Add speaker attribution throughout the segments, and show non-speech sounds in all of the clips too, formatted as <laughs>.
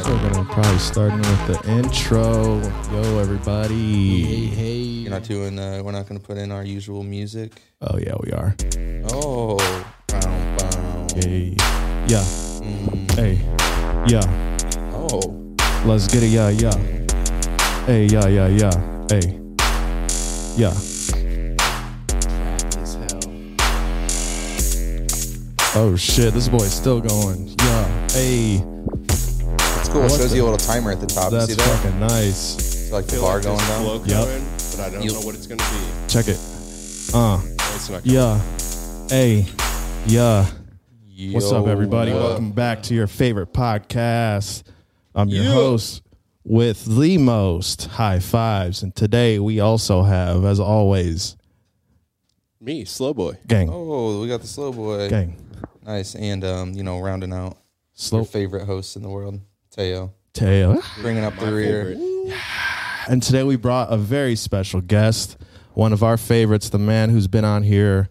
Speaker 1: Probably starting with the intro. Yo,
Speaker 2: Hey,
Speaker 1: everybody.
Speaker 2: hey.
Speaker 3: You're not doing. Uh, we're not going to put in our usual music.
Speaker 1: Oh, yeah, we are.
Speaker 3: Oh, bow, bow.
Speaker 1: Hey. Yeah.
Speaker 3: Mm.
Speaker 1: Hey. Yeah.
Speaker 3: oh,
Speaker 1: Let's get it. Yeah, yeah. Hey, yeah, yeah, yeah. Hey. Yeah.
Speaker 2: as hell.
Speaker 1: Oh, shit. This boy's still going. Yeah. Hey.
Speaker 3: it's cool. It
Speaker 1: What's
Speaker 3: shows
Speaker 1: the-
Speaker 3: you a little timer at the top. You
Speaker 1: That's
Speaker 3: see that?
Speaker 1: fucking nice.
Speaker 3: It's like the
Speaker 4: feel
Speaker 3: bar
Speaker 4: like
Speaker 3: going
Speaker 4: there's
Speaker 3: down.
Speaker 4: Flow
Speaker 1: Yep.
Speaker 4: coming, but I don't
Speaker 3: You-
Speaker 4: know what it's gonna be.
Speaker 1: Check it. Uh.
Speaker 4: It's not coming.
Speaker 1: Yeah. Hey. Yeah. What's up,
Speaker 3: Yo,
Speaker 1: everybody?
Speaker 3: what up?
Speaker 1: Welcome back to your favorite podcast. I'm your host with the most high fives. And today we also have, as always,
Speaker 4: me, slow boy.
Speaker 1: gang,
Speaker 3: Oh, we got the slow boy.
Speaker 1: gang,
Speaker 3: Nice. And um, you know, rounding out your
Speaker 1: slow
Speaker 3: favorite hosts in the world, Teo,
Speaker 1: tail.
Speaker 3: bringing up the rear.
Speaker 4: Favorite.
Speaker 1: And today we brought a very special guest, one of our favorites, the man who's been on here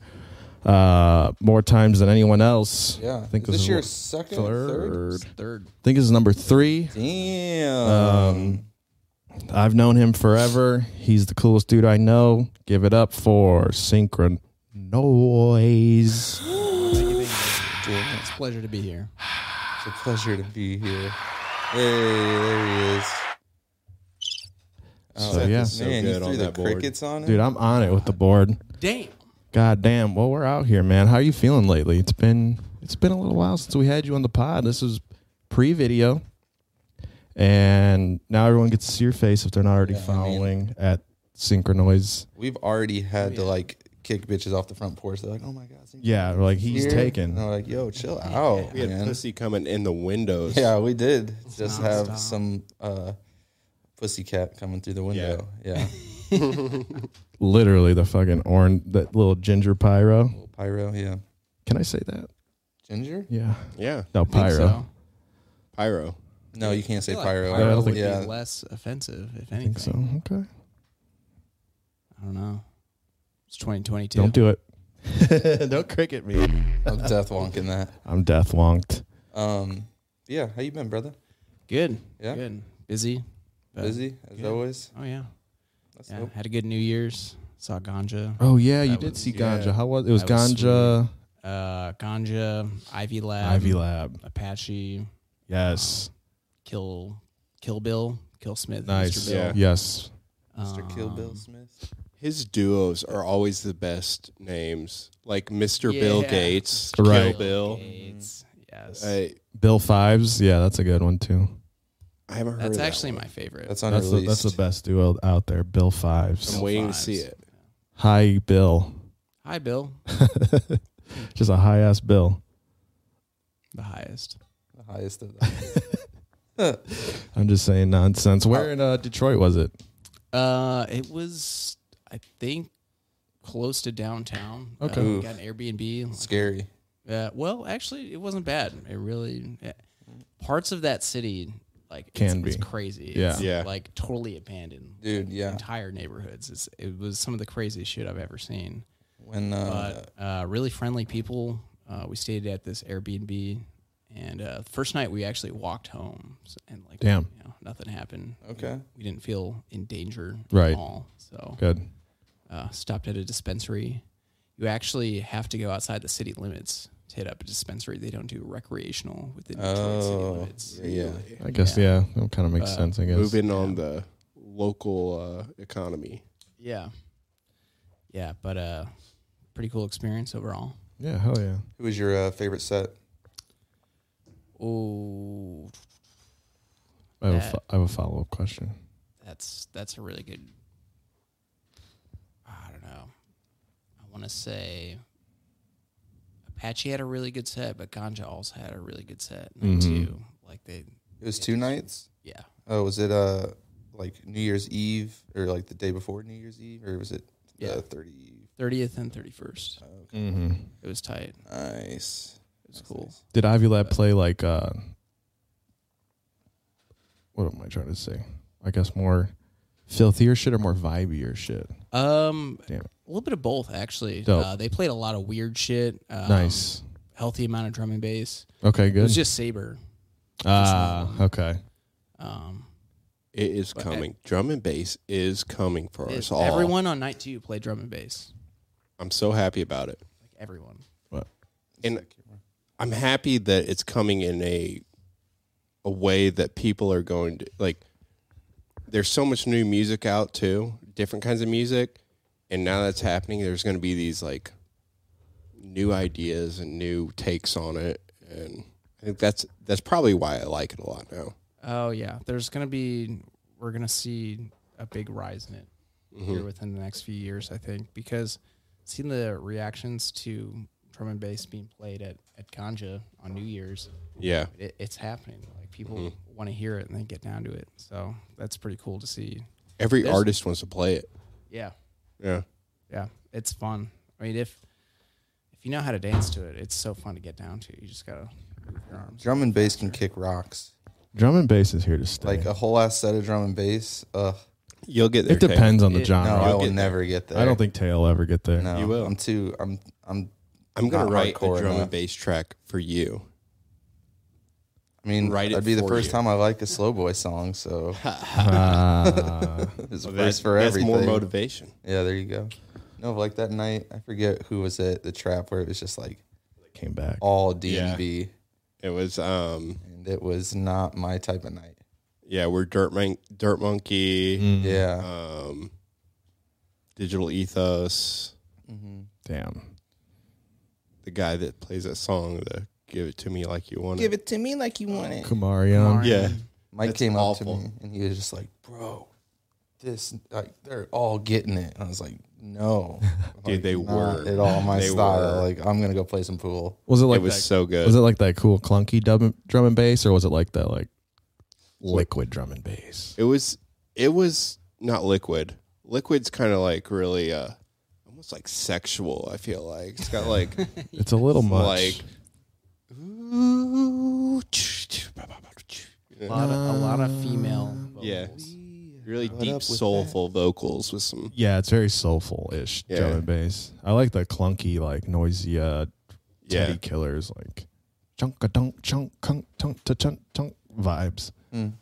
Speaker 1: uh, more times than anyone else.
Speaker 3: Yeah.
Speaker 1: I think
Speaker 3: is
Speaker 1: this
Speaker 3: this
Speaker 1: is
Speaker 3: your
Speaker 1: what-
Speaker 3: second, third.
Speaker 1: third.
Speaker 2: Third.
Speaker 1: I think this is number three.
Speaker 3: Damn.
Speaker 1: Um, I've known him forever. He's the coolest dude I know. Give it up for Synchron Noise.
Speaker 3: Damn.
Speaker 2: It's a pleasure to be here.
Speaker 3: It's a pleasure to be here. Hey, there he is. Oh,
Speaker 1: So, yeah.
Speaker 3: man,
Speaker 1: So
Speaker 3: you
Speaker 4: good
Speaker 3: threw
Speaker 4: on
Speaker 3: the
Speaker 4: that board.
Speaker 3: crickets on it.
Speaker 1: Dude, I'm on it with the board.
Speaker 2: Damn.
Speaker 1: God damn. Well, we're out here, man. How are you feeling lately? It's been it's been a little while since we had you on the pod. This is pre-video. And now everyone gets to see your face if they're not already
Speaker 3: Yeah, I mean-
Speaker 1: following at Synchronoise.
Speaker 3: We've already had
Speaker 2: Oh,
Speaker 3: to like kick bitches off the front porch. They're like, "Oh my god, Zinc
Speaker 1: Yeah, like he's
Speaker 3: here."
Speaker 1: taken.
Speaker 3: And I'm like, "Yo, chill out,
Speaker 4: We had
Speaker 3: man."
Speaker 4: pussy coming in the windows.
Speaker 3: Yeah, we did just have
Speaker 2: nonstop.
Speaker 3: some uh, pussy cat coming through the window.
Speaker 1: <laughs>
Speaker 3: Yeah,
Speaker 1: Literally the fucking orange that little ginger pyro.
Speaker 3: pyro. Yeah,
Speaker 1: Can I say that?
Speaker 3: ginger.
Speaker 1: Yeah.
Speaker 4: Yeah.
Speaker 1: No, pyro.
Speaker 4: Pyro.
Speaker 3: No, you can't say
Speaker 2: I feel like
Speaker 3: pyro.
Speaker 2: pyro
Speaker 1: I don't
Speaker 2: would
Speaker 1: think-
Speaker 3: yeah,
Speaker 2: be less offensive, if anything. I,
Speaker 1: think so. Okay.
Speaker 2: don't know. It's 2022.
Speaker 1: Don't do it. Don't cricket me.
Speaker 3: I'm death wonking that.
Speaker 1: I'm death wonked.
Speaker 3: Um, yeah, how you been, brother?
Speaker 2: Good.
Speaker 3: Yeah?
Speaker 2: Good. Busy. but-
Speaker 3: Busy as
Speaker 2: yeah.
Speaker 3: always.
Speaker 2: Oh, yeah.
Speaker 3: That's
Speaker 2: yeah.
Speaker 3: dope.
Speaker 2: Had a good New Year's. Saw Ganja.
Speaker 1: Oh yeah, you
Speaker 2: That
Speaker 1: did
Speaker 2: was-
Speaker 1: see
Speaker 3: yeah.
Speaker 1: Ganja. How was it? Was
Speaker 2: That was
Speaker 1: Ganja
Speaker 2: Uh, Ganja, Ivy Lab.
Speaker 1: Ivy Lab?
Speaker 2: Apache.
Speaker 1: Yes,
Speaker 2: Kill Kill Bill. Kill Smith.
Speaker 1: nice.
Speaker 2: Mr. Bill.
Speaker 4: Yeah.
Speaker 1: Yes,
Speaker 3: Mr. Kill Bill
Speaker 2: Um,
Speaker 3: Smith.
Speaker 4: His duos are always the best names. Like Mr. Bill
Speaker 2: Yeah.
Speaker 4: Gates,
Speaker 1: Right.
Speaker 4: Kill Bill.
Speaker 2: Gates, Yes.
Speaker 4: I,
Speaker 1: Bill Fives. Yeah, that's a good one too.
Speaker 4: I haven't heard of
Speaker 2: That's
Speaker 4: that
Speaker 2: actually
Speaker 4: one.
Speaker 2: my favorite.
Speaker 3: That's
Speaker 1: That's the,
Speaker 3: unreleased.
Speaker 1: that's the best duo out there. Bill
Speaker 4: I'm
Speaker 1: Fives.
Speaker 2: Bill
Speaker 4: waiting
Speaker 2: Fives.
Speaker 4: to see it.
Speaker 1: Hi Bill.
Speaker 2: Hi, Bill.
Speaker 1: Just a high ass Bill.
Speaker 2: The highest.
Speaker 3: the highest of them.
Speaker 1: I'm just saying nonsense. Where in uh, Detroit was it?
Speaker 2: Uh, it was, I think, close to downtown.
Speaker 1: Okay.
Speaker 2: Uh, we
Speaker 3: Oof.
Speaker 2: got an Airbnb.
Speaker 3: Scary.
Speaker 2: Uh, well, actually, it wasn't bad. It really, yeah. parts of that city, like, it's-
Speaker 1: Can
Speaker 2: it's
Speaker 1: be.
Speaker 2: crazy.
Speaker 1: Yeah.
Speaker 2: It's,
Speaker 4: Yeah.
Speaker 2: Like, totally abandoned.
Speaker 3: Dude,
Speaker 2: Like,
Speaker 3: yeah.
Speaker 2: Entire neighborhoods. It's, it was some of the craziest shit I've ever seen.
Speaker 3: When uh,
Speaker 2: But uh, really friendly people. Uh, we stayed at this Airbnb, and uh, the first night we actually walked home, s- and like,
Speaker 1: Damn.
Speaker 2: you know, nothing happened.
Speaker 3: Okay.
Speaker 2: we didn't feel in danger
Speaker 1: Right.
Speaker 2: at all. So
Speaker 1: Good.
Speaker 2: uh, stopped at a dispensary. You actually have to go outside the city limits to hit up a dispensary. They don't do recreational within Detroit city
Speaker 3: Oh,
Speaker 2: limits.
Speaker 3: yeah.
Speaker 1: I guess yeah. That kind of makes
Speaker 2: Uh,
Speaker 1: sense. I guess.
Speaker 4: Moving on the local uh, economy.
Speaker 2: Yeah, yeah, but uh, pretty cool experience overall.
Speaker 1: Yeah. Hell yeah.
Speaker 3: Who was your uh, favorite set?
Speaker 2: Oh,
Speaker 1: I have a,
Speaker 2: That-
Speaker 1: fo- I have a follow up question.
Speaker 2: that's that's a really good. I don't know. I want to say Apache had a really good set, but Ganja also had a really good set night
Speaker 3: Mm-hmm.
Speaker 2: too. Like they,
Speaker 3: It was two nights.
Speaker 2: yeah,
Speaker 3: Oh, was it uh like New Year's Eve or like the day before New Year's Eve or was it
Speaker 2: Yeah.
Speaker 3: uh, thirty?
Speaker 2: thirtieth and thirty first.
Speaker 1: Mm-hmm.
Speaker 2: It was tight.
Speaker 3: Nice.
Speaker 2: It was cool.
Speaker 1: Did Ivy Lab play like uh what am I trying to say? I guess more filthier shit or more vibier shit.
Speaker 2: Um,
Speaker 1: Damn it.
Speaker 2: a little bit of both actually.
Speaker 1: Dope.
Speaker 2: Uh, they played a lot of weird shit. Um,
Speaker 1: nice.
Speaker 2: healthy amount of drum and bass.
Speaker 1: Okay,
Speaker 2: It
Speaker 1: good.
Speaker 2: was just saber.
Speaker 1: Ah, okay.
Speaker 2: Um,
Speaker 4: It is coming. Drum and bass is coming for us Oh, all.
Speaker 2: everyone on night two played drum and bass.
Speaker 4: I'm so happy about it.
Speaker 2: Like everyone.
Speaker 1: But
Speaker 4: And I'm happy that it's coming in a a way that people are going to like there's so much new music out too, different kinds of music. And now that's happening, there's gonna be these like new ideas and new takes on it. And I think that's that's probably why I like it a lot now.
Speaker 2: Oh yeah, there's gonna be we're gonna see a big rise in it here within the next few years, I think, because seeing the reactions to drum and bass being played at at Ganja on New Year's,
Speaker 4: Yeah.
Speaker 2: it, it's happening. Like people
Speaker 3: Mm-hmm.
Speaker 2: want to hear it and they get down to it. So that's pretty cool to see.
Speaker 4: Every artist wants to play it.
Speaker 2: Yeah,
Speaker 4: Yeah.
Speaker 2: yeah, it's fun. I mean, if if you know how to dance to it, it's so fun to get down to. You just gotta move your arms.
Speaker 3: Drum and bass can kick rocks.
Speaker 1: drum and bass is here to stay.
Speaker 3: Like uh, a whole ass set of drum and bass. Ugh.
Speaker 4: You'll get there.
Speaker 1: it depends on the
Speaker 2: It-
Speaker 1: genre.
Speaker 3: No, I will
Speaker 4: get
Speaker 3: never get there.
Speaker 1: I don't think Tay will ever get there.
Speaker 3: No,
Speaker 4: You will.
Speaker 3: I'm too. I'm. I'm.
Speaker 4: I'm gonna
Speaker 3: Not
Speaker 4: write a
Speaker 3: hardcore
Speaker 4: drum and
Speaker 3: enough.
Speaker 4: bass track for you.
Speaker 3: I mean,
Speaker 4: Write it
Speaker 3: that'd be the
Speaker 4: for
Speaker 3: first
Speaker 4: you.
Speaker 3: time I like a slow boy song.
Speaker 4: <laughs>
Speaker 3: So
Speaker 4: Uh,
Speaker 1: Ah.
Speaker 3: it's a price for everything.
Speaker 4: more motivation.
Speaker 3: yeah, there you go. No, but like that night, I forget who was at the trap where it was just like
Speaker 1: came back.
Speaker 3: all D and B,
Speaker 4: It was um
Speaker 3: and it was not my type of night.
Speaker 4: yeah, we're Dirt Mon- Dirt Monkey,
Speaker 3: Mm. Yeah,
Speaker 4: um Digital Ethos,
Speaker 1: Damn.
Speaker 4: the guy that plays that song, the Give It to Me Like You Want It.
Speaker 3: it to me like you want it.
Speaker 1: Kumarion.
Speaker 4: Yeah.
Speaker 3: Mike
Speaker 4: That's
Speaker 3: came
Speaker 4: awful.
Speaker 3: up to me and he was just like, "Bro, this like they're all getting it." And I was like, "No,
Speaker 4: Dude, <laughs> they
Speaker 3: not
Speaker 4: were
Speaker 3: at all my
Speaker 4: They
Speaker 3: style.
Speaker 4: were.
Speaker 3: Like I'm gonna go play some pool."
Speaker 1: Was it like
Speaker 4: it was
Speaker 1: that-
Speaker 4: so good.
Speaker 1: was it like that cool clunky drum, drum and bass, or was it like that like liquid drum and bass?
Speaker 4: It was it was not liquid. Liquid's kind of like really uh almost like sexual, I feel like. It's
Speaker 3: <laughs>
Speaker 4: got like
Speaker 1: It's a little much.
Speaker 4: like ooh,
Speaker 2: A lot of, a lot of female.
Speaker 4: yeah.
Speaker 2: vocals.
Speaker 4: Really
Speaker 3: What
Speaker 4: deep
Speaker 3: up with
Speaker 4: soulful vocals with some
Speaker 1: yeah, it's very soulful ish
Speaker 4: Yeah.
Speaker 1: drum and bass. I like the clunky, like noisy uh
Speaker 4: Yeah.
Speaker 1: Teddy killers, like chunk a dunk chunk kunk tunk to chunk tunk vibes.
Speaker 4: Hmm.
Speaker 3: Mm.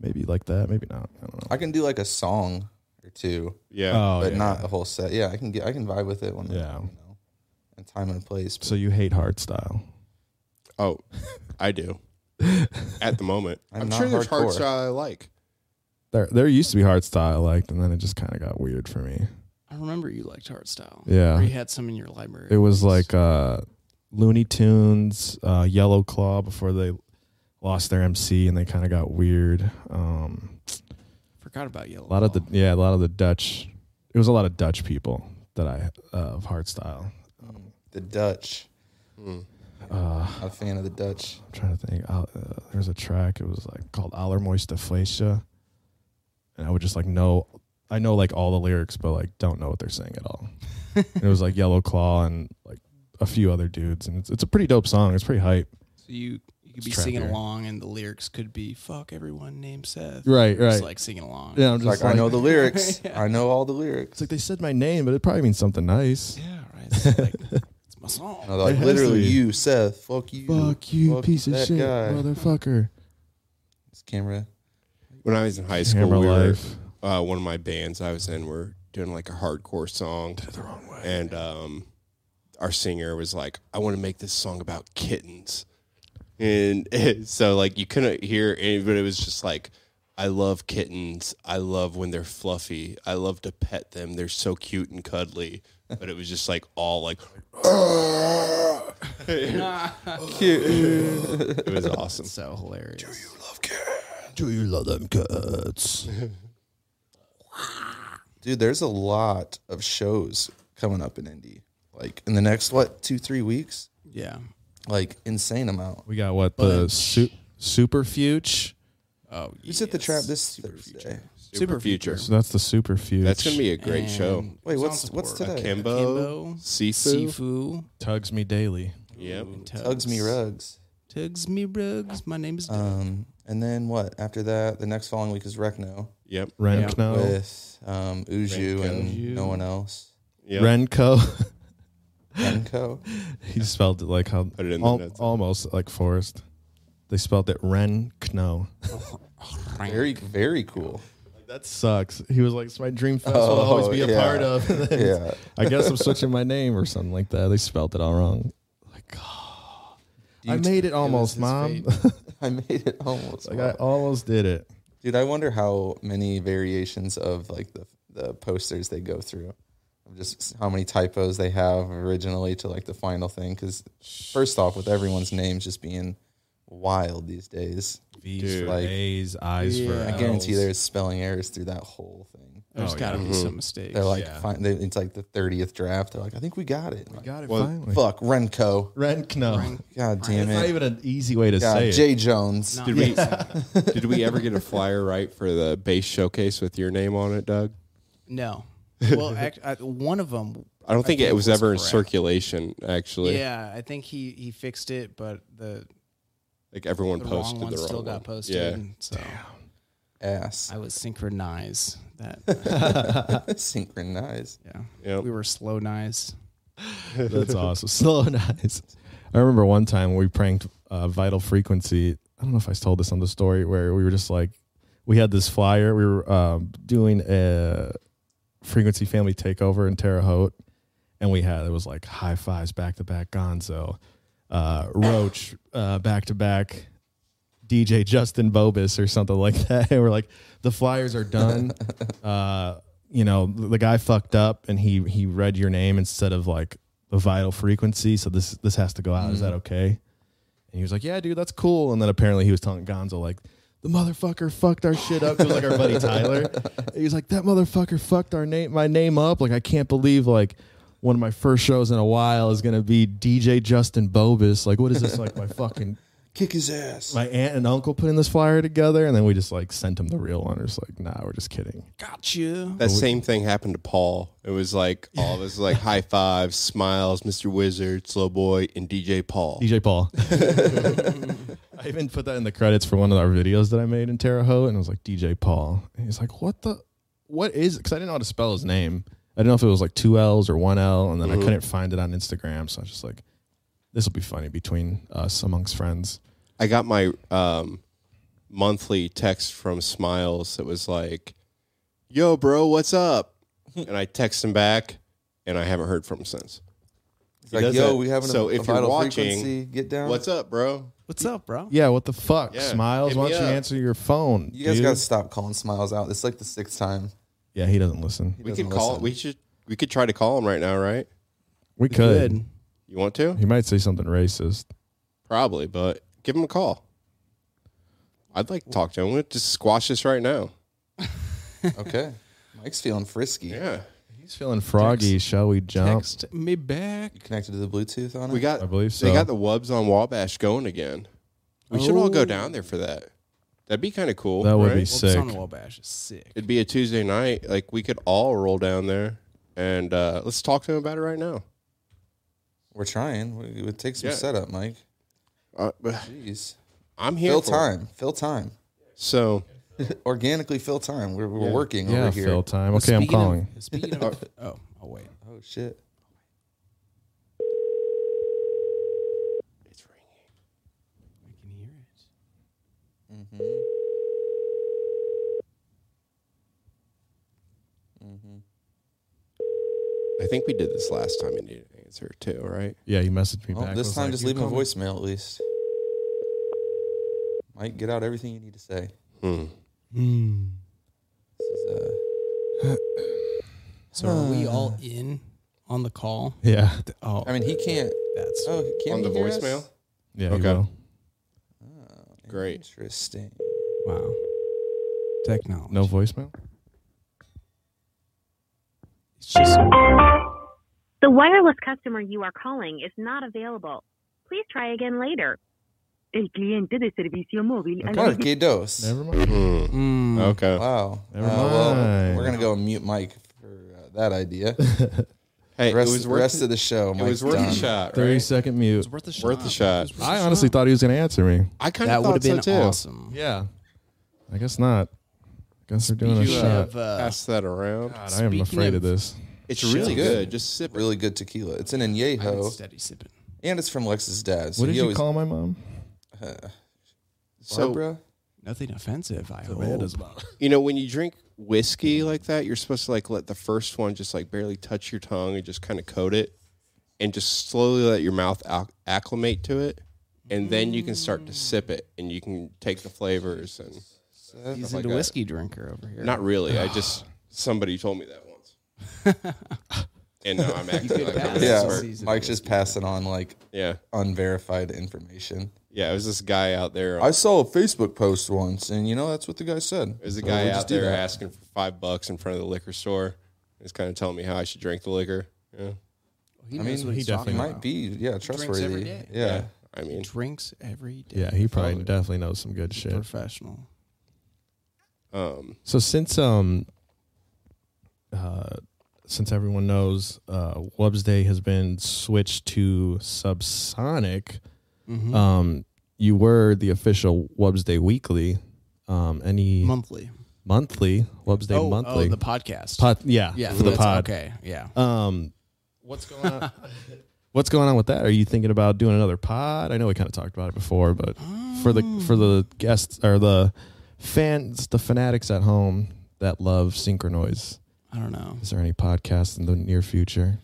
Speaker 1: Maybe like that, maybe not. I don't know.
Speaker 3: I can do like a song or two,
Speaker 4: yeah.
Speaker 1: oh,
Speaker 3: but
Speaker 1: yeah.
Speaker 3: not a whole set. Yeah, I can get I can vibe with it when
Speaker 1: Yeah.
Speaker 3: you know, and time and place.
Speaker 1: So you hate hard style.
Speaker 4: Oh, I do. At the moment,
Speaker 3: <laughs> I'm
Speaker 4: I'm,
Speaker 3: not
Speaker 4: sure there's hard
Speaker 3: hardcore.
Speaker 4: style I like.
Speaker 1: There there used to be hard style I liked and then it just kinda got weird for me.
Speaker 2: I remember you liked hardstyle. style.
Speaker 1: Yeah.
Speaker 2: Or you had some in your library.
Speaker 1: It was like uh, Looney Tunes, uh, Yellow Claw before they lost their MC and they kind of got weird. Um,
Speaker 2: forgot about yellow.
Speaker 1: a lot of the yeah, a lot of the Dutch. It was a lot of Dutch people that I uh, of hard style.
Speaker 3: Mm, the Dutch,
Speaker 1: Uh,
Speaker 3: I'm a fan of the Dutch.
Speaker 1: I'm trying to think. Uh, uh, there was a track. It was like called Allermoiste Fleische, and I would just like know. I know like all the lyrics, but like don't know what they're saying at <laughs> all. And it was like Yellow Claw and like a few other dudes, and it's it's a pretty dope song. It's pretty hype.
Speaker 2: so you you could be
Speaker 1: It's
Speaker 2: singing
Speaker 1: trappier.
Speaker 2: along, and the lyrics could be "fuck everyone named Seth."
Speaker 1: Right,
Speaker 2: Just
Speaker 1: right.
Speaker 2: like singing along.
Speaker 1: yeah, I'm
Speaker 3: It's
Speaker 1: just
Speaker 3: like, I
Speaker 1: <laughs>
Speaker 3: know the
Speaker 2: <laughs>
Speaker 3: lyrics. I know all the lyrics.
Speaker 1: It's like they said my name, but it probably means something nice.
Speaker 2: Yeah, right. It's,
Speaker 1: <laughs>
Speaker 2: like, it's my song.
Speaker 3: No, they're
Speaker 1: It
Speaker 3: like
Speaker 1: has
Speaker 3: literally
Speaker 1: to be.
Speaker 3: you, Seth. Fuck you.
Speaker 1: Fuck you,
Speaker 3: Fuck
Speaker 1: piece of
Speaker 3: that
Speaker 1: shit,
Speaker 3: guy.
Speaker 1: motherfucker.
Speaker 3: This camera.
Speaker 4: When I was in high school,
Speaker 1: Camera
Speaker 4: we were-
Speaker 1: life.
Speaker 4: uh, one of my bands I was in were doing like a hardcore song, and um, our singer was like, "I want to make this song about kittens," and <laughs> so like you couldn't hear, any, but it was just like. I love kittens. I love when they're fluffy. I love to pet them. They're so cute and cuddly. But it was just like all like <laughs> it was awesome.
Speaker 2: so hilarious.
Speaker 1: Do you love them
Speaker 3: <laughs>
Speaker 1: cats?
Speaker 3: Dude, there's a lot of shows coming up in Indy. Like in the next what two three weeks?
Speaker 2: Yeah.
Speaker 3: Like insane amount.
Speaker 1: We got what the su- superfuge.
Speaker 2: Oh, you
Speaker 3: Who's at the trap this Thursday?
Speaker 4: Super future.
Speaker 1: So that's the superfuge.
Speaker 4: That's gonna be a great show.
Speaker 3: Wait, what's what's today?
Speaker 4: Kimbo,
Speaker 2: Akimbo,
Speaker 4: Sifu,
Speaker 2: Sifu.
Speaker 1: tugs me daily.
Speaker 4: yep.
Speaker 3: Tugs me rugs.
Speaker 2: Tugs me rugs. My name is.
Speaker 3: Um, and then what? After that, the next following week is Recno
Speaker 4: Yep.
Speaker 2: Yeah.
Speaker 1: Renko.
Speaker 3: with um, Uju and no one else.
Speaker 4: Yep.
Speaker 1: Renko. <laughs>
Speaker 3: Renko.
Speaker 1: he spelled it like how
Speaker 4: it in the
Speaker 1: al-
Speaker 4: notes.
Speaker 1: almost like Forrest. They spelled it Renk snow.
Speaker 3: Very, very cool. <laughs>
Speaker 1: that sucks. He was like, it's my dream fest. will
Speaker 3: Oh,
Speaker 1: always be a
Speaker 3: yeah.
Speaker 1: part of. <laughs> And then
Speaker 3: Yeah.
Speaker 1: I guess I'm switching my name or something like that. They spelled it all wrong. Like, oh, I made it almost,
Speaker 2: his
Speaker 1: mom.
Speaker 3: I made it almost.
Speaker 1: <laughs> like I almost did it.
Speaker 3: Dude, I wonder how many variations of like the the posters they go through. Of Just how many typos they have originally to like the final thing. Because first off, with everyone's names just being wild these days,
Speaker 1: V's
Speaker 3: for like-
Speaker 1: A's, eyes
Speaker 2: Yeah.
Speaker 1: for
Speaker 3: I guarantee there's spelling errors through that whole thing.
Speaker 2: There's
Speaker 1: Oh,
Speaker 2: got to
Speaker 1: yeah.
Speaker 2: be some mistakes.
Speaker 3: They're like,
Speaker 1: Yeah.
Speaker 3: fine, they, it's like the thirtieth draft. They're like, I think we got it. Like,
Speaker 1: got it
Speaker 4: Well,
Speaker 1: finally.
Speaker 3: fuck Renko.
Speaker 1: Renkno.
Speaker 3: God damn
Speaker 1: It's not
Speaker 3: it.
Speaker 1: even an easy way to
Speaker 3: God,
Speaker 1: say it.
Speaker 3: Jay Jones.
Speaker 4: <laughs>
Speaker 2: Not
Speaker 4: Did we did we ever get a flyer right for the base showcase with your name on it, Doug?
Speaker 3: <laughs>
Speaker 2: no. Well, act, I, one of them.
Speaker 4: I don't think, it was ever in
Speaker 2: correct.
Speaker 4: circulation. Actually,
Speaker 2: Yeah, I think he he fixed it, but the,
Speaker 4: like everyone
Speaker 2: the wrong
Speaker 4: posted
Speaker 2: one
Speaker 4: the wrong
Speaker 2: still
Speaker 4: one.
Speaker 2: got posted.
Speaker 4: Yeah,
Speaker 2: and So
Speaker 3: Ass.
Speaker 4: <laughs>
Speaker 2: I was synchronized. That
Speaker 3: <laughs> Synchronize.
Speaker 2: yeah,
Speaker 4: Yep.
Speaker 2: we were slow nice.
Speaker 1: <laughs> That's awesome. Slow and <laughs> nice. I remember one time we pranked uh, Vital Frequency. I don't know if I told this on the story where we were just like, we had this flyer. We were um, doing a Frequency Family Takeover in Terre Haute. And we had, it was like high fives back to back, Gonzo, uh, Roach uh, back to back, DJ Justin Bobis or something like <laughs> that. And we're like, the flyers are done. uh, you know, the the guy fucked up and he he read your name instead of like the vital frequency. So this this has to go out. Is that okay? And he was like, Yeah, dude, that's cool. And then apparently he was telling Gonzo like the motherfucker fucked our shit up. It was like our buddy Tyler. He was like, That motherfucker fucked our name my name up. Like I can't believe like one of my first shows in a while is gonna be DJ Justin Bobis. Like, what is this? Like my fucking
Speaker 3: Kick his ass.
Speaker 1: my aunt and uncle putting this flyer together, and then we just like sent him the real one. We're just like, nah, we're just kidding.
Speaker 2: Gotcha.
Speaker 4: That same thing happened to Paul. It was
Speaker 2: <laughs>
Speaker 4: like all of us like high fives, smiles, Mr. Wizard, Slow Boy, and DJ Paul.
Speaker 1: DJ Paul. I even put that in the credits for one of our videos that I made in Terre Haute, and it was like DJ Paul. And he's like, "What the? What is?" Because I didn't know how to spell his name. I didn't know if it was like two L's or one L, and then I couldn't find it on Instagram. So I was just like, "This will be funny between us amongst friends."
Speaker 4: I got my um, monthly text from Smiles that was like, "Yo, bro, what's
Speaker 2: <laughs>
Speaker 4: up?" and I text him back, and I haven't heard from him since.
Speaker 3: It's
Speaker 4: He
Speaker 3: like,
Speaker 4: does
Speaker 3: yo,
Speaker 4: that.
Speaker 3: we having
Speaker 4: So
Speaker 3: a,
Speaker 4: if
Speaker 3: a
Speaker 4: you're
Speaker 3: vital
Speaker 4: watching,
Speaker 3: frequency. Get down.
Speaker 4: What's up, bro?
Speaker 2: What's up, bro?
Speaker 1: Yeah, what the fuck,
Speaker 4: Yeah,
Speaker 1: Smiles?
Speaker 4: hit
Speaker 1: Why
Speaker 4: me
Speaker 1: don't you
Speaker 4: up.
Speaker 1: answer your phone?
Speaker 3: You guys
Speaker 1: dude?
Speaker 3: got to stop calling Smiles out. It's like the sixth
Speaker 4: <laughs>
Speaker 3: time.
Speaker 1: yeah, he doesn't listen.
Speaker 4: We
Speaker 3: doesn't
Speaker 4: could call.
Speaker 3: listen.
Speaker 4: We should. We could try to call him right now, right?
Speaker 1: We could.
Speaker 2: Good.
Speaker 4: You want to?
Speaker 1: He might say something racist.
Speaker 4: Probably, but give him a call. I'd like to talk to him. We'll just squash this right now.
Speaker 3: Okay. Mike's feeling frisky.
Speaker 4: Yeah.
Speaker 1: He's feeling froggy. Shall we jump?
Speaker 2: Text me back.
Speaker 3: You connected to the Bluetooth on it?
Speaker 4: We got.
Speaker 1: I believe
Speaker 4: They
Speaker 1: so. Oh.
Speaker 4: got the Wubs on Wabash going again. We should all go down there for that. That'd be kind of cool.
Speaker 1: That would be
Speaker 4: right?
Speaker 1: sick.
Speaker 2: on Wabash is sick.
Speaker 4: It'd be a Tuesday night. Like we could all roll down there and uh, let's talk to him about it right now.
Speaker 3: We're trying. We- It would take some
Speaker 4: Yeah.
Speaker 3: setup, Mike.
Speaker 4: Uh,
Speaker 3: Jeez.
Speaker 4: I'm here.
Speaker 3: Fill
Speaker 4: for it.
Speaker 3: time. Fill time.
Speaker 4: So
Speaker 3: Organically fill time. We're, we're working
Speaker 1: Yeah,
Speaker 3: over here.
Speaker 1: fill time. Okay, I'm
Speaker 2: Speaking of-
Speaker 1: calling.
Speaker 2: <laughs> speaking of, oh, oh wait.
Speaker 3: Oh, shit.
Speaker 4: it's ringing.
Speaker 2: I can hear it.
Speaker 4: I think we did this last time and you didn't answer too, right?
Speaker 1: Yeah, you messaged me
Speaker 3: Well,
Speaker 1: back.
Speaker 3: Oh, this
Speaker 1: was
Speaker 3: time
Speaker 1: like,
Speaker 3: just
Speaker 1: "You
Speaker 3: leave him a
Speaker 1: call me?"
Speaker 3: voicemail at least. Mike, get out everything you need to say.
Speaker 4: Hmm.
Speaker 3: This is, uh,
Speaker 2: So are we all in on the call?
Speaker 1: Yeah,
Speaker 2: Oh,
Speaker 3: I mean, he can't.
Speaker 2: that's
Speaker 3: Oh, can't
Speaker 4: On
Speaker 3: he
Speaker 4: the
Speaker 3: hear us? Oh,
Speaker 4: voicemail?
Speaker 1: yeah.
Speaker 4: Okay.
Speaker 1: Okay. Will.
Speaker 4: Great.
Speaker 3: Interesting.
Speaker 2: wow. Technology.
Speaker 1: No voicemail.
Speaker 2: It's just
Speaker 5: The wireless customer you are calling is not available. Please try again later. El cliente de servicio móvil al-
Speaker 3: God, que dos.
Speaker 1: Never mind. <laughs>
Speaker 4: Hmm.
Speaker 2: Mm.
Speaker 4: Okay.
Speaker 3: Wow.
Speaker 1: Never
Speaker 3: Uh, well,
Speaker 1: mind.
Speaker 3: we're going to go and mute Mike for uh, that idea.
Speaker 4: Hey,
Speaker 3: The rest,
Speaker 4: <laughs> it was
Speaker 3: the
Speaker 4: worth
Speaker 3: rest of the show.
Speaker 4: it was worth a shot.
Speaker 1: Thirty
Speaker 4: Right?
Speaker 1: second
Speaker 2: It's
Speaker 1: mute.
Speaker 2: worth a shot.
Speaker 4: Worth a shot.
Speaker 2: It's worth a
Speaker 1: I honestly
Speaker 2: shot.
Speaker 1: thought he was gonna answer me.
Speaker 4: I kind
Speaker 2: that
Speaker 4: of thought
Speaker 2: would have been
Speaker 4: so too.
Speaker 2: awesome.
Speaker 1: Yeah. I guess not. I guess we're doing a
Speaker 2: Speaking
Speaker 1: shot.
Speaker 2: of, uh,
Speaker 4: Pass that around.
Speaker 1: God, I am
Speaker 2: speaking
Speaker 1: afraid of,
Speaker 2: of-
Speaker 1: this.
Speaker 4: It's
Speaker 2: Shit.
Speaker 4: really
Speaker 3: Good.
Speaker 4: good. Just sip it.
Speaker 3: Really good tequila. It's an
Speaker 2: I've been
Speaker 3: añejo,
Speaker 2: steady sipping.
Speaker 3: and it's from Lex's dad. So
Speaker 1: What did
Speaker 3: he
Speaker 1: you
Speaker 3: always,
Speaker 1: call my mom?
Speaker 4: So
Speaker 3: Barbara?
Speaker 2: Nothing offensive, I
Speaker 1: The
Speaker 2: hope.
Speaker 1: band is about.
Speaker 4: You know, when you drink whiskey like that, you're supposed to like let the first one just like barely touch your tongue and just kind of coat it, and just slowly let your mouth ac- acclimate to it, and then you can start to sip it and you can take the flavors and
Speaker 2: He's
Speaker 4: like
Speaker 2: into
Speaker 4: that.
Speaker 2: whiskey drinker over here.
Speaker 4: not really. I just somebody told me that once,
Speaker 2: <laughs>
Speaker 4: and now I'm acting
Speaker 2: could
Speaker 4: like I'm
Speaker 2: pass
Speaker 4: an
Speaker 2: it.
Speaker 3: Yeah,
Speaker 4: expert.
Speaker 2: season
Speaker 3: Mike's just passing on like
Speaker 4: Yeah,
Speaker 3: unverified information.
Speaker 4: yeah. It was this guy out there.
Speaker 3: I
Speaker 4: On,
Speaker 3: saw a Facebook post once, and you know that's what the guy said.
Speaker 4: there's a
Speaker 3: So
Speaker 4: guy
Speaker 3: we'll just
Speaker 4: out
Speaker 3: do
Speaker 4: there
Speaker 3: that.
Speaker 4: asking for five bucks in front of the liquor store. He's kind of telling me how I should drink the liquor. Yeah,
Speaker 2: He
Speaker 3: I
Speaker 2: knows
Speaker 3: mean,
Speaker 2: what
Speaker 1: he
Speaker 2: he's
Speaker 3: He
Speaker 2: talking
Speaker 1: definitely
Speaker 2: about.
Speaker 3: might be, yeah, trustworthy.
Speaker 2: every day.
Speaker 3: Yeah.
Speaker 4: I mean,
Speaker 2: drinks every day.
Speaker 1: Yeah, he probably
Speaker 2: Probably.
Speaker 1: definitely knows some good shit.
Speaker 2: professional.
Speaker 4: um,
Speaker 1: So since um uh since everyone knows uh Websday has been switched to Subsonic,
Speaker 2: Mm-hmm.
Speaker 1: um you were the official Websday weekly. Um any
Speaker 2: Monthly.
Speaker 1: monthly, Websday
Speaker 2: oh,
Speaker 1: monthly.
Speaker 2: Oh, the podcast.
Speaker 1: pod, yeah,
Speaker 2: yeah,
Speaker 1: for the
Speaker 2: that's-
Speaker 1: pod.
Speaker 2: Okay, yeah.
Speaker 1: Um what's going on? <laughs> What's going on with that? Are you thinking about doing another pod? I know we kind of talked about it before, but for the
Speaker 2: Oh.
Speaker 1: for the guests or the fans, the fanatics at home that love synchronoise,
Speaker 2: I don't know.
Speaker 1: is there any podcast in the near future?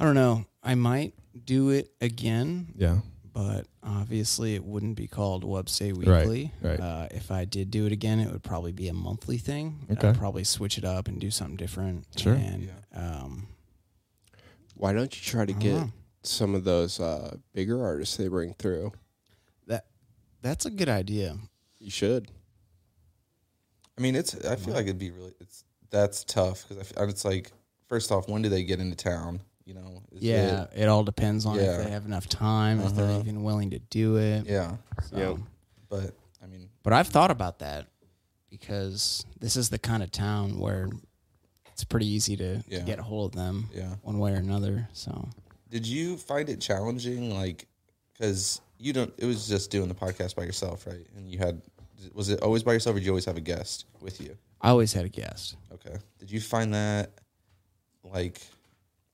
Speaker 2: I don't know. I might do it again,
Speaker 1: Yeah,
Speaker 2: but obviously it wouldn't be called Website
Speaker 1: Right,
Speaker 2: Weekly.
Speaker 1: right.
Speaker 2: Uh, if I did do it again, it would probably be a monthly thing.
Speaker 1: Okay.
Speaker 2: I'd probably switch it up and do something different.
Speaker 1: Sure.
Speaker 2: And um,
Speaker 4: why don't you try to get
Speaker 2: know.
Speaker 4: some of those uh, bigger artists they bring through?
Speaker 2: that that's a good idea.
Speaker 4: You should.
Speaker 3: I mean, it's. I feel like it'd be really. It's that's tough because it's like first off, when do they get into town? You know. Is
Speaker 2: Yeah, it all depends on
Speaker 3: Yeah.
Speaker 2: if they have enough time, if they're even willing to do it.
Speaker 3: it- yeah,
Speaker 2: So-
Speaker 4: Yeah.
Speaker 3: but I mean,
Speaker 2: But I've thought about that because this is the kind of town where it's pretty easy to, to
Speaker 3: Yeah.
Speaker 2: get a hold of them
Speaker 3: Yeah.
Speaker 2: one way or another. So
Speaker 3: did you find it challenging? Like, because you don't. It was just doing the podcast by yourself, right? And you had. Was it always by yourself, or did you always have a guest with you?
Speaker 2: I always had a guest.
Speaker 3: Okay. Did you find that like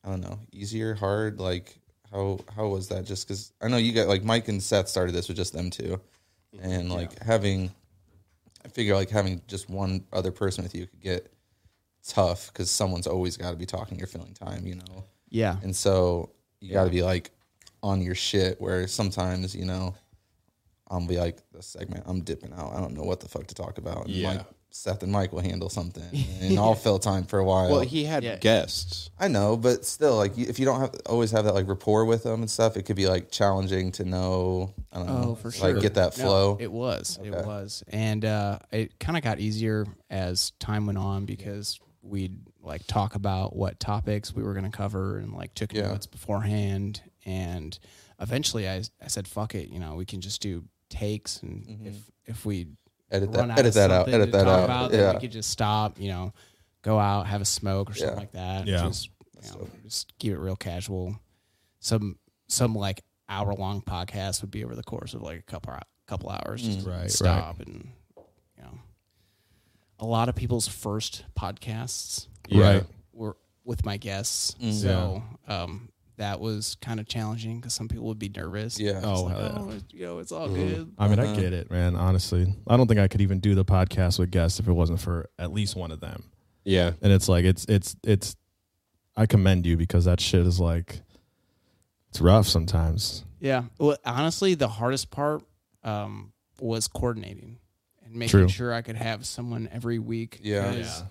Speaker 3: I don't know, easier, hard? Like how how was that? Just because I know you got like Mike and Seth started this with just them two, and like having I figure like having just one other person with you could get tough because someone's always got to be talking. You're filling time, you know,
Speaker 2: Yeah.
Speaker 3: and so you got to be like on your shit. Where sometimes you know. I'll be like this segment. I'm dipping out. I don't know what the fuck to talk about. And
Speaker 4: Yeah.
Speaker 3: Mike, Seth and Mike will handle something,
Speaker 4: <laughs>
Speaker 3: and I'll fill time for a while.
Speaker 4: Well, he had
Speaker 2: Yeah.
Speaker 4: guests.
Speaker 3: I know, but still, like you- if you don't have always have that like rapport with them and stuff, it could be like challenging to know. I don't know,
Speaker 2: Oh, for sure.
Speaker 3: uh, Like get that
Speaker 2: No,
Speaker 3: flow.
Speaker 2: it was. It was. And uh, it kind of got easier as time went on because we'd like talk about what topics we were going to cover and like took
Speaker 3: Yeah.
Speaker 2: notes beforehand. And eventually I, I said, fuck it. You know, we can just do takes. And
Speaker 3: Mm-hmm.
Speaker 2: if, if we
Speaker 3: edit
Speaker 2: run
Speaker 3: that.
Speaker 2: out
Speaker 3: Edit
Speaker 2: of
Speaker 3: that out.
Speaker 2: something
Speaker 3: Edit
Speaker 2: to
Speaker 3: that
Speaker 2: talk
Speaker 3: out.
Speaker 2: about, then
Speaker 3: yeah.
Speaker 2: we could just stop, you know, go out, have a smoke or something
Speaker 3: Yeah.
Speaker 2: like that.
Speaker 1: Yeah.
Speaker 2: Just, you know, just keep it real casual. Some some like hour long podcast would be over the course of like a couple hou- couple hours.
Speaker 1: Mm.
Speaker 2: Just
Speaker 1: Right, right.
Speaker 2: stop and you know. A lot of people's first podcasts
Speaker 1: Right.
Speaker 2: were with my guests.
Speaker 3: Mm.
Speaker 2: So um that was kind of challenging because some people would be nervous.
Speaker 3: Yeah. Mm-hmm.
Speaker 1: Oh, hell yeah.
Speaker 2: Oh, you know, it's all good.
Speaker 1: I mean, I get it, man. Honestly, I don't think I could even do the podcast with guests if it wasn't for at least one of them.
Speaker 4: Yeah.
Speaker 1: And it's like it's it's it's. I commend you because that shit is like, it's rough sometimes.
Speaker 2: Yeah. Well, honestly, the hardest part um, was coordinating and making
Speaker 1: True.
Speaker 2: sure I could have someone every week.
Speaker 3: Yeah.
Speaker 2: 'cause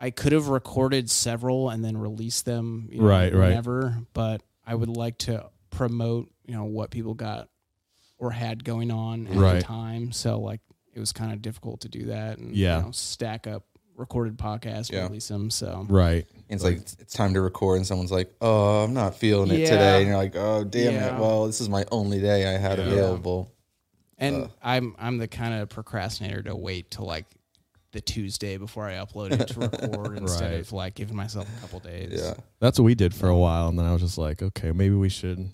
Speaker 2: I could have recorded several and then released them you know,
Speaker 1: Right, right.
Speaker 2: whenever, but I would like to promote, you know, what people got or had going on at
Speaker 1: Right.
Speaker 2: the time. So like it was kind of difficult to do that and
Speaker 1: Yeah.
Speaker 2: you know, stack up recorded podcasts,
Speaker 3: Yeah.
Speaker 2: release them. So
Speaker 1: Right.
Speaker 3: It's like it's, it's time to record, and someone's like, "Oh, I'm not feeling it
Speaker 2: Yeah.
Speaker 3: today," and you're like, "Oh, damn
Speaker 2: Yeah.
Speaker 3: it! Well, this is my only day I had available."
Speaker 2: And
Speaker 4: Uh.
Speaker 2: I'm I'm the kind of procrastinator to wait till like the Tuesday before I upload it to record
Speaker 4: <laughs>
Speaker 2: instead
Speaker 1: Right.
Speaker 2: of like giving myself a couple days.
Speaker 3: Yeah,
Speaker 1: That's what we did for a while, and then I was just like, okay, maybe we should.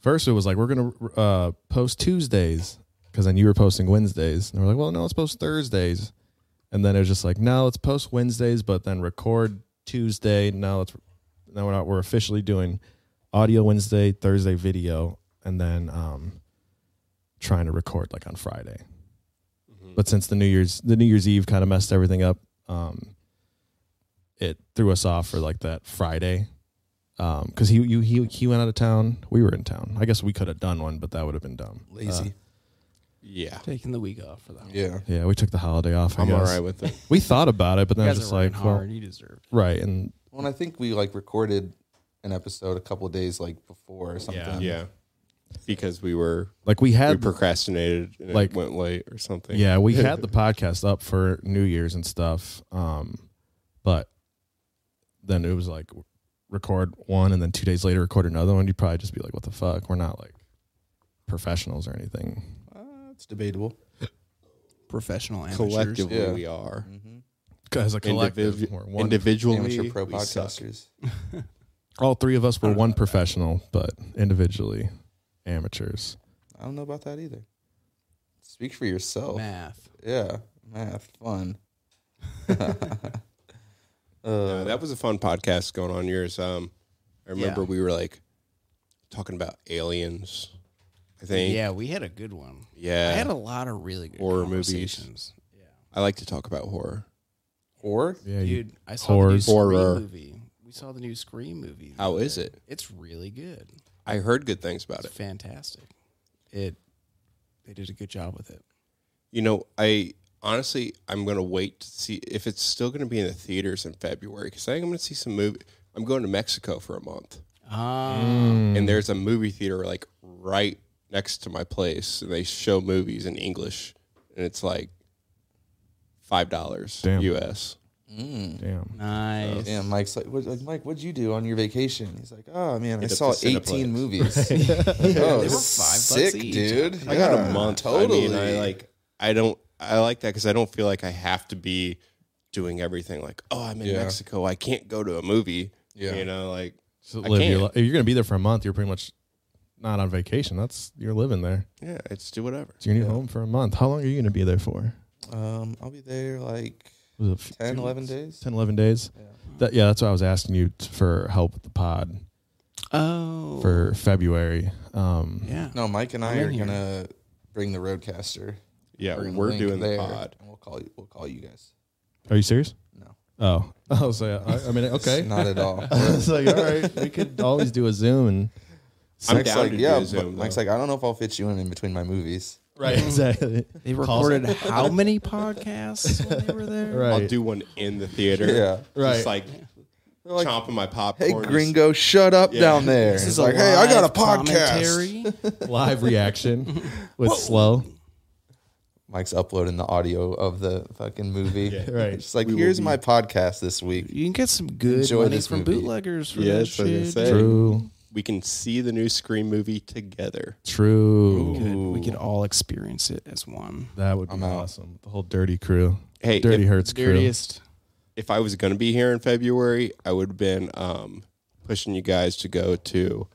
Speaker 1: First, it was like we're gonna uh, post Tuesdays because then you were posting Wednesdays, and we're like, well, no, let's post Thursdays, and then it was just like, no, let's post Wednesdays, but then record Tuesday. Now let's now we're not we're officially doing audio Wednesday, Thursday video, and then um, trying to record like on Friday. But since the New Year's the New Year's Eve kind of messed everything up, um, it threw us off for like that Friday. Um, because he you he he went out of town. We were in town. I guess we could have done one, but that would have been dumb. Uh,
Speaker 3: Lazy.
Speaker 4: Yeah,
Speaker 2: Taking the week off for that. one.
Speaker 3: yeah.
Speaker 1: Yeah, we took the holiday off. I
Speaker 4: I'm all
Speaker 1: guess.
Speaker 4: right with it.
Speaker 1: We thought about it, but
Speaker 2: You
Speaker 1: then I was
Speaker 2: guys
Speaker 1: just
Speaker 2: are working
Speaker 1: like,
Speaker 2: hard.
Speaker 1: well,
Speaker 2: you deserve it.
Speaker 1: right, and
Speaker 3: Well, and I think we like recorded an episode a couple of days like before or something.
Speaker 4: yeah, because we were
Speaker 1: like we
Speaker 4: we
Speaker 1: had
Speaker 4: procrastinated and
Speaker 1: Like-
Speaker 4: it went late or something.
Speaker 1: Yeah, we had the podcast up for New Year's and stuff. Um, but then it was like record one and then two days later record another one. You'd probably just be like, what the fuck? We're not like professionals or anything.
Speaker 3: It's debatable.
Speaker 2: Professional amateurs.
Speaker 4: collectively
Speaker 3: Yeah.
Speaker 4: we are.
Speaker 1: As a collective,
Speaker 4: Individ-
Speaker 1: we're one-
Speaker 4: individually,
Speaker 3: Amateur pro
Speaker 4: we suck.
Speaker 3: podcasters.
Speaker 1: all three of us were one professional, but individually amateurs.
Speaker 3: I don't know about that either. Speak for yourself.
Speaker 2: Math.
Speaker 3: Yeah. Math. Fun.
Speaker 4: Uh, that was a fun podcast going on yours. Um, I remember
Speaker 2: Yeah.
Speaker 4: we were like talking about aliens. I think.
Speaker 2: Yeah, we had a good one.
Speaker 4: Yeah.
Speaker 2: I had a lot of really good
Speaker 4: Horror movies.
Speaker 2: conversations.
Speaker 4: I like to talk about horror.
Speaker 3: Or
Speaker 1: Yeah,
Speaker 2: Yeah.
Speaker 1: you,
Speaker 2: Dude, I saw
Speaker 1: Horrors.
Speaker 2: the new Scream
Speaker 4: Horror.
Speaker 2: movie. We saw the new Scream movie.
Speaker 4: How is it?
Speaker 2: It's really good.
Speaker 4: I heard good things about
Speaker 2: It's
Speaker 4: it.
Speaker 2: fantastic. It they did a good job with it.
Speaker 4: You know, I honestly, I'm gonna wait to see if it's still gonna be in the theaters in February because I think I'm gonna see some movie. I'm going to Mexico for a month,
Speaker 1: Ah,
Speaker 2: Um,
Speaker 4: and there's a movie theater like right next to my place, and they show movies in English, and it's like five dollars
Speaker 1: Damn.
Speaker 4: U.S.
Speaker 1: damn.
Speaker 2: nice.
Speaker 3: yeah, Mike's like, what, like Mike, what'd you do on your vacation? He's like, oh man, I
Speaker 4: Hit up
Speaker 3: saw
Speaker 4: the Cineplex."
Speaker 3: eighteen
Speaker 4: <laughs>
Speaker 2: <laughs>
Speaker 3: movies. oh,
Speaker 2: were five bucks
Speaker 3: sick,
Speaker 2: each.
Speaker 3: dude.
Speaker 4: I got
Speaker 3: Yeah,
Speaker 4: a month.
Speaker 3: Totally.
Speaker 4: I, mean, I like. I don't. I like that because I don't feel like I have to be doing everything. Like, oh, I'm in
Speaker 3: Yeah.
Speaker 4: Mexico. I can't go to a movie.
Speaker 3: Yeah.
Speaker 4: You know, like
Speaker 1: So
Speaker 4: I
Speaker 1: live your
Speaker 4: can't.
Speaker 1: li- if you're going to be there for a month, you're pretty much not on vacation. That's you're living there.
Speaker 4: yeah, it's do whatever.
Speaker 1: It's your new home for a month. How long are you going to be there for?
Speaker 3: Um, I'll be there like
Speaker 1: Was it f-
Speaker 3: 10,
Speaker 1: two
Speaker 3: 11
Speaker 1: weeks?
Speaker 3: days.
Speaker 1: 10 11 days yeah. That, yeah that's why i was asking you t- for help with the pod
Speaker 2: Oh,
Speaker 1: for february um
Speaker 2: yeah.
Speaker 3: No, Mike and I
Speaker 2: I'm in
Speaker 3: are
Speaker 2: here.
Speaker 3: gonna bring the roadcaster.
Speaker 4: Yeah,
Speaker 3: Bring
Speaker 4: we're
Speaker 3: link
Speaker 4: doing
Speaker 3: there,
Speaker 4: the pod.
Speaker 3: And we'll call you. We'll call you guys.
Speaker 1: are you serious
Speaker 3: No.
Speaker 1: oh <laughs> oh so yeah, I, I mean okay <laughs>
Speaker 3: Not at
Speaker 4: <laughs>
Speaker 3: all.
Speaker 1: it's like all right we could always do a zoom and
Speaker 4: I'm
Speaker 3: Mike's
Speaker 4: down
Speaker 3: like,
Speaker 4: to do
Speaker 3: yeah.
Speaker 4: a
Speaker 3: but
Speaker 4: Zoom,
Speaker 3: Mike's
Speaker 4: though.
Speaker 3: like, I don't know if I'll fit you in in between my movies.
Speaker 1: right <laughs> exactly
Speaker 2: They recorded how many podcasts when they were
Speaker 1: <laughs>
Speaker 2: there?
Speaker 1: right
Speaker 4: I'll do one in the theater.
Speaker 3: Yeah.
Speaker 1: Right.
Speaker 4: Just like
Speaker 3: They're like,
Speaker 4: chomping my popcorn.
Speaker 3: hey, gringo, shut up down there.
Speaker 2: This
Speaker 3: He's
Speaker 2: is a
Speaker 3: like, hey, I got a
Speaker 2: live
Speaker 3: podcast. <laughs>
Speaker 2: commentary.
Speaker 1: live reaction with slow
Speaker 3: Mike's uploading the audio of the fucking movie.
Speaker 1: right.
Speaker 3: It's like, here's my podcast this week.
Speaker 2: You can get some good
Speaker 3: Enjoy
Speaker 2: money
Speaker 3: this
Speaker 2: from
Speaker 3: movie.
Speaker 2: bootleggers for
Speaker 4: Yeah,
Speaker 2: that
Speaker 4: that's what they
Speaker 2: shit.
Speaker 4: say.
Speaker 1: true
Speaker 4: We can see the new Scream movie together.
Speaker 1: true
Speaker 2: We could- we could all experience it as one.
Speaker 1: that would be
Speaker 3: I'm out.
Speaker 1: awesome the whole dirty crew
Speaker 4: Hey,
Speaker 1: dirty
Speaker 4: if-
Speaker 1: hurts crew
Speaker 2: Dirtiest.
Speaker 4: If I was gonna be here in February, I would have been um, pushing you guys to go to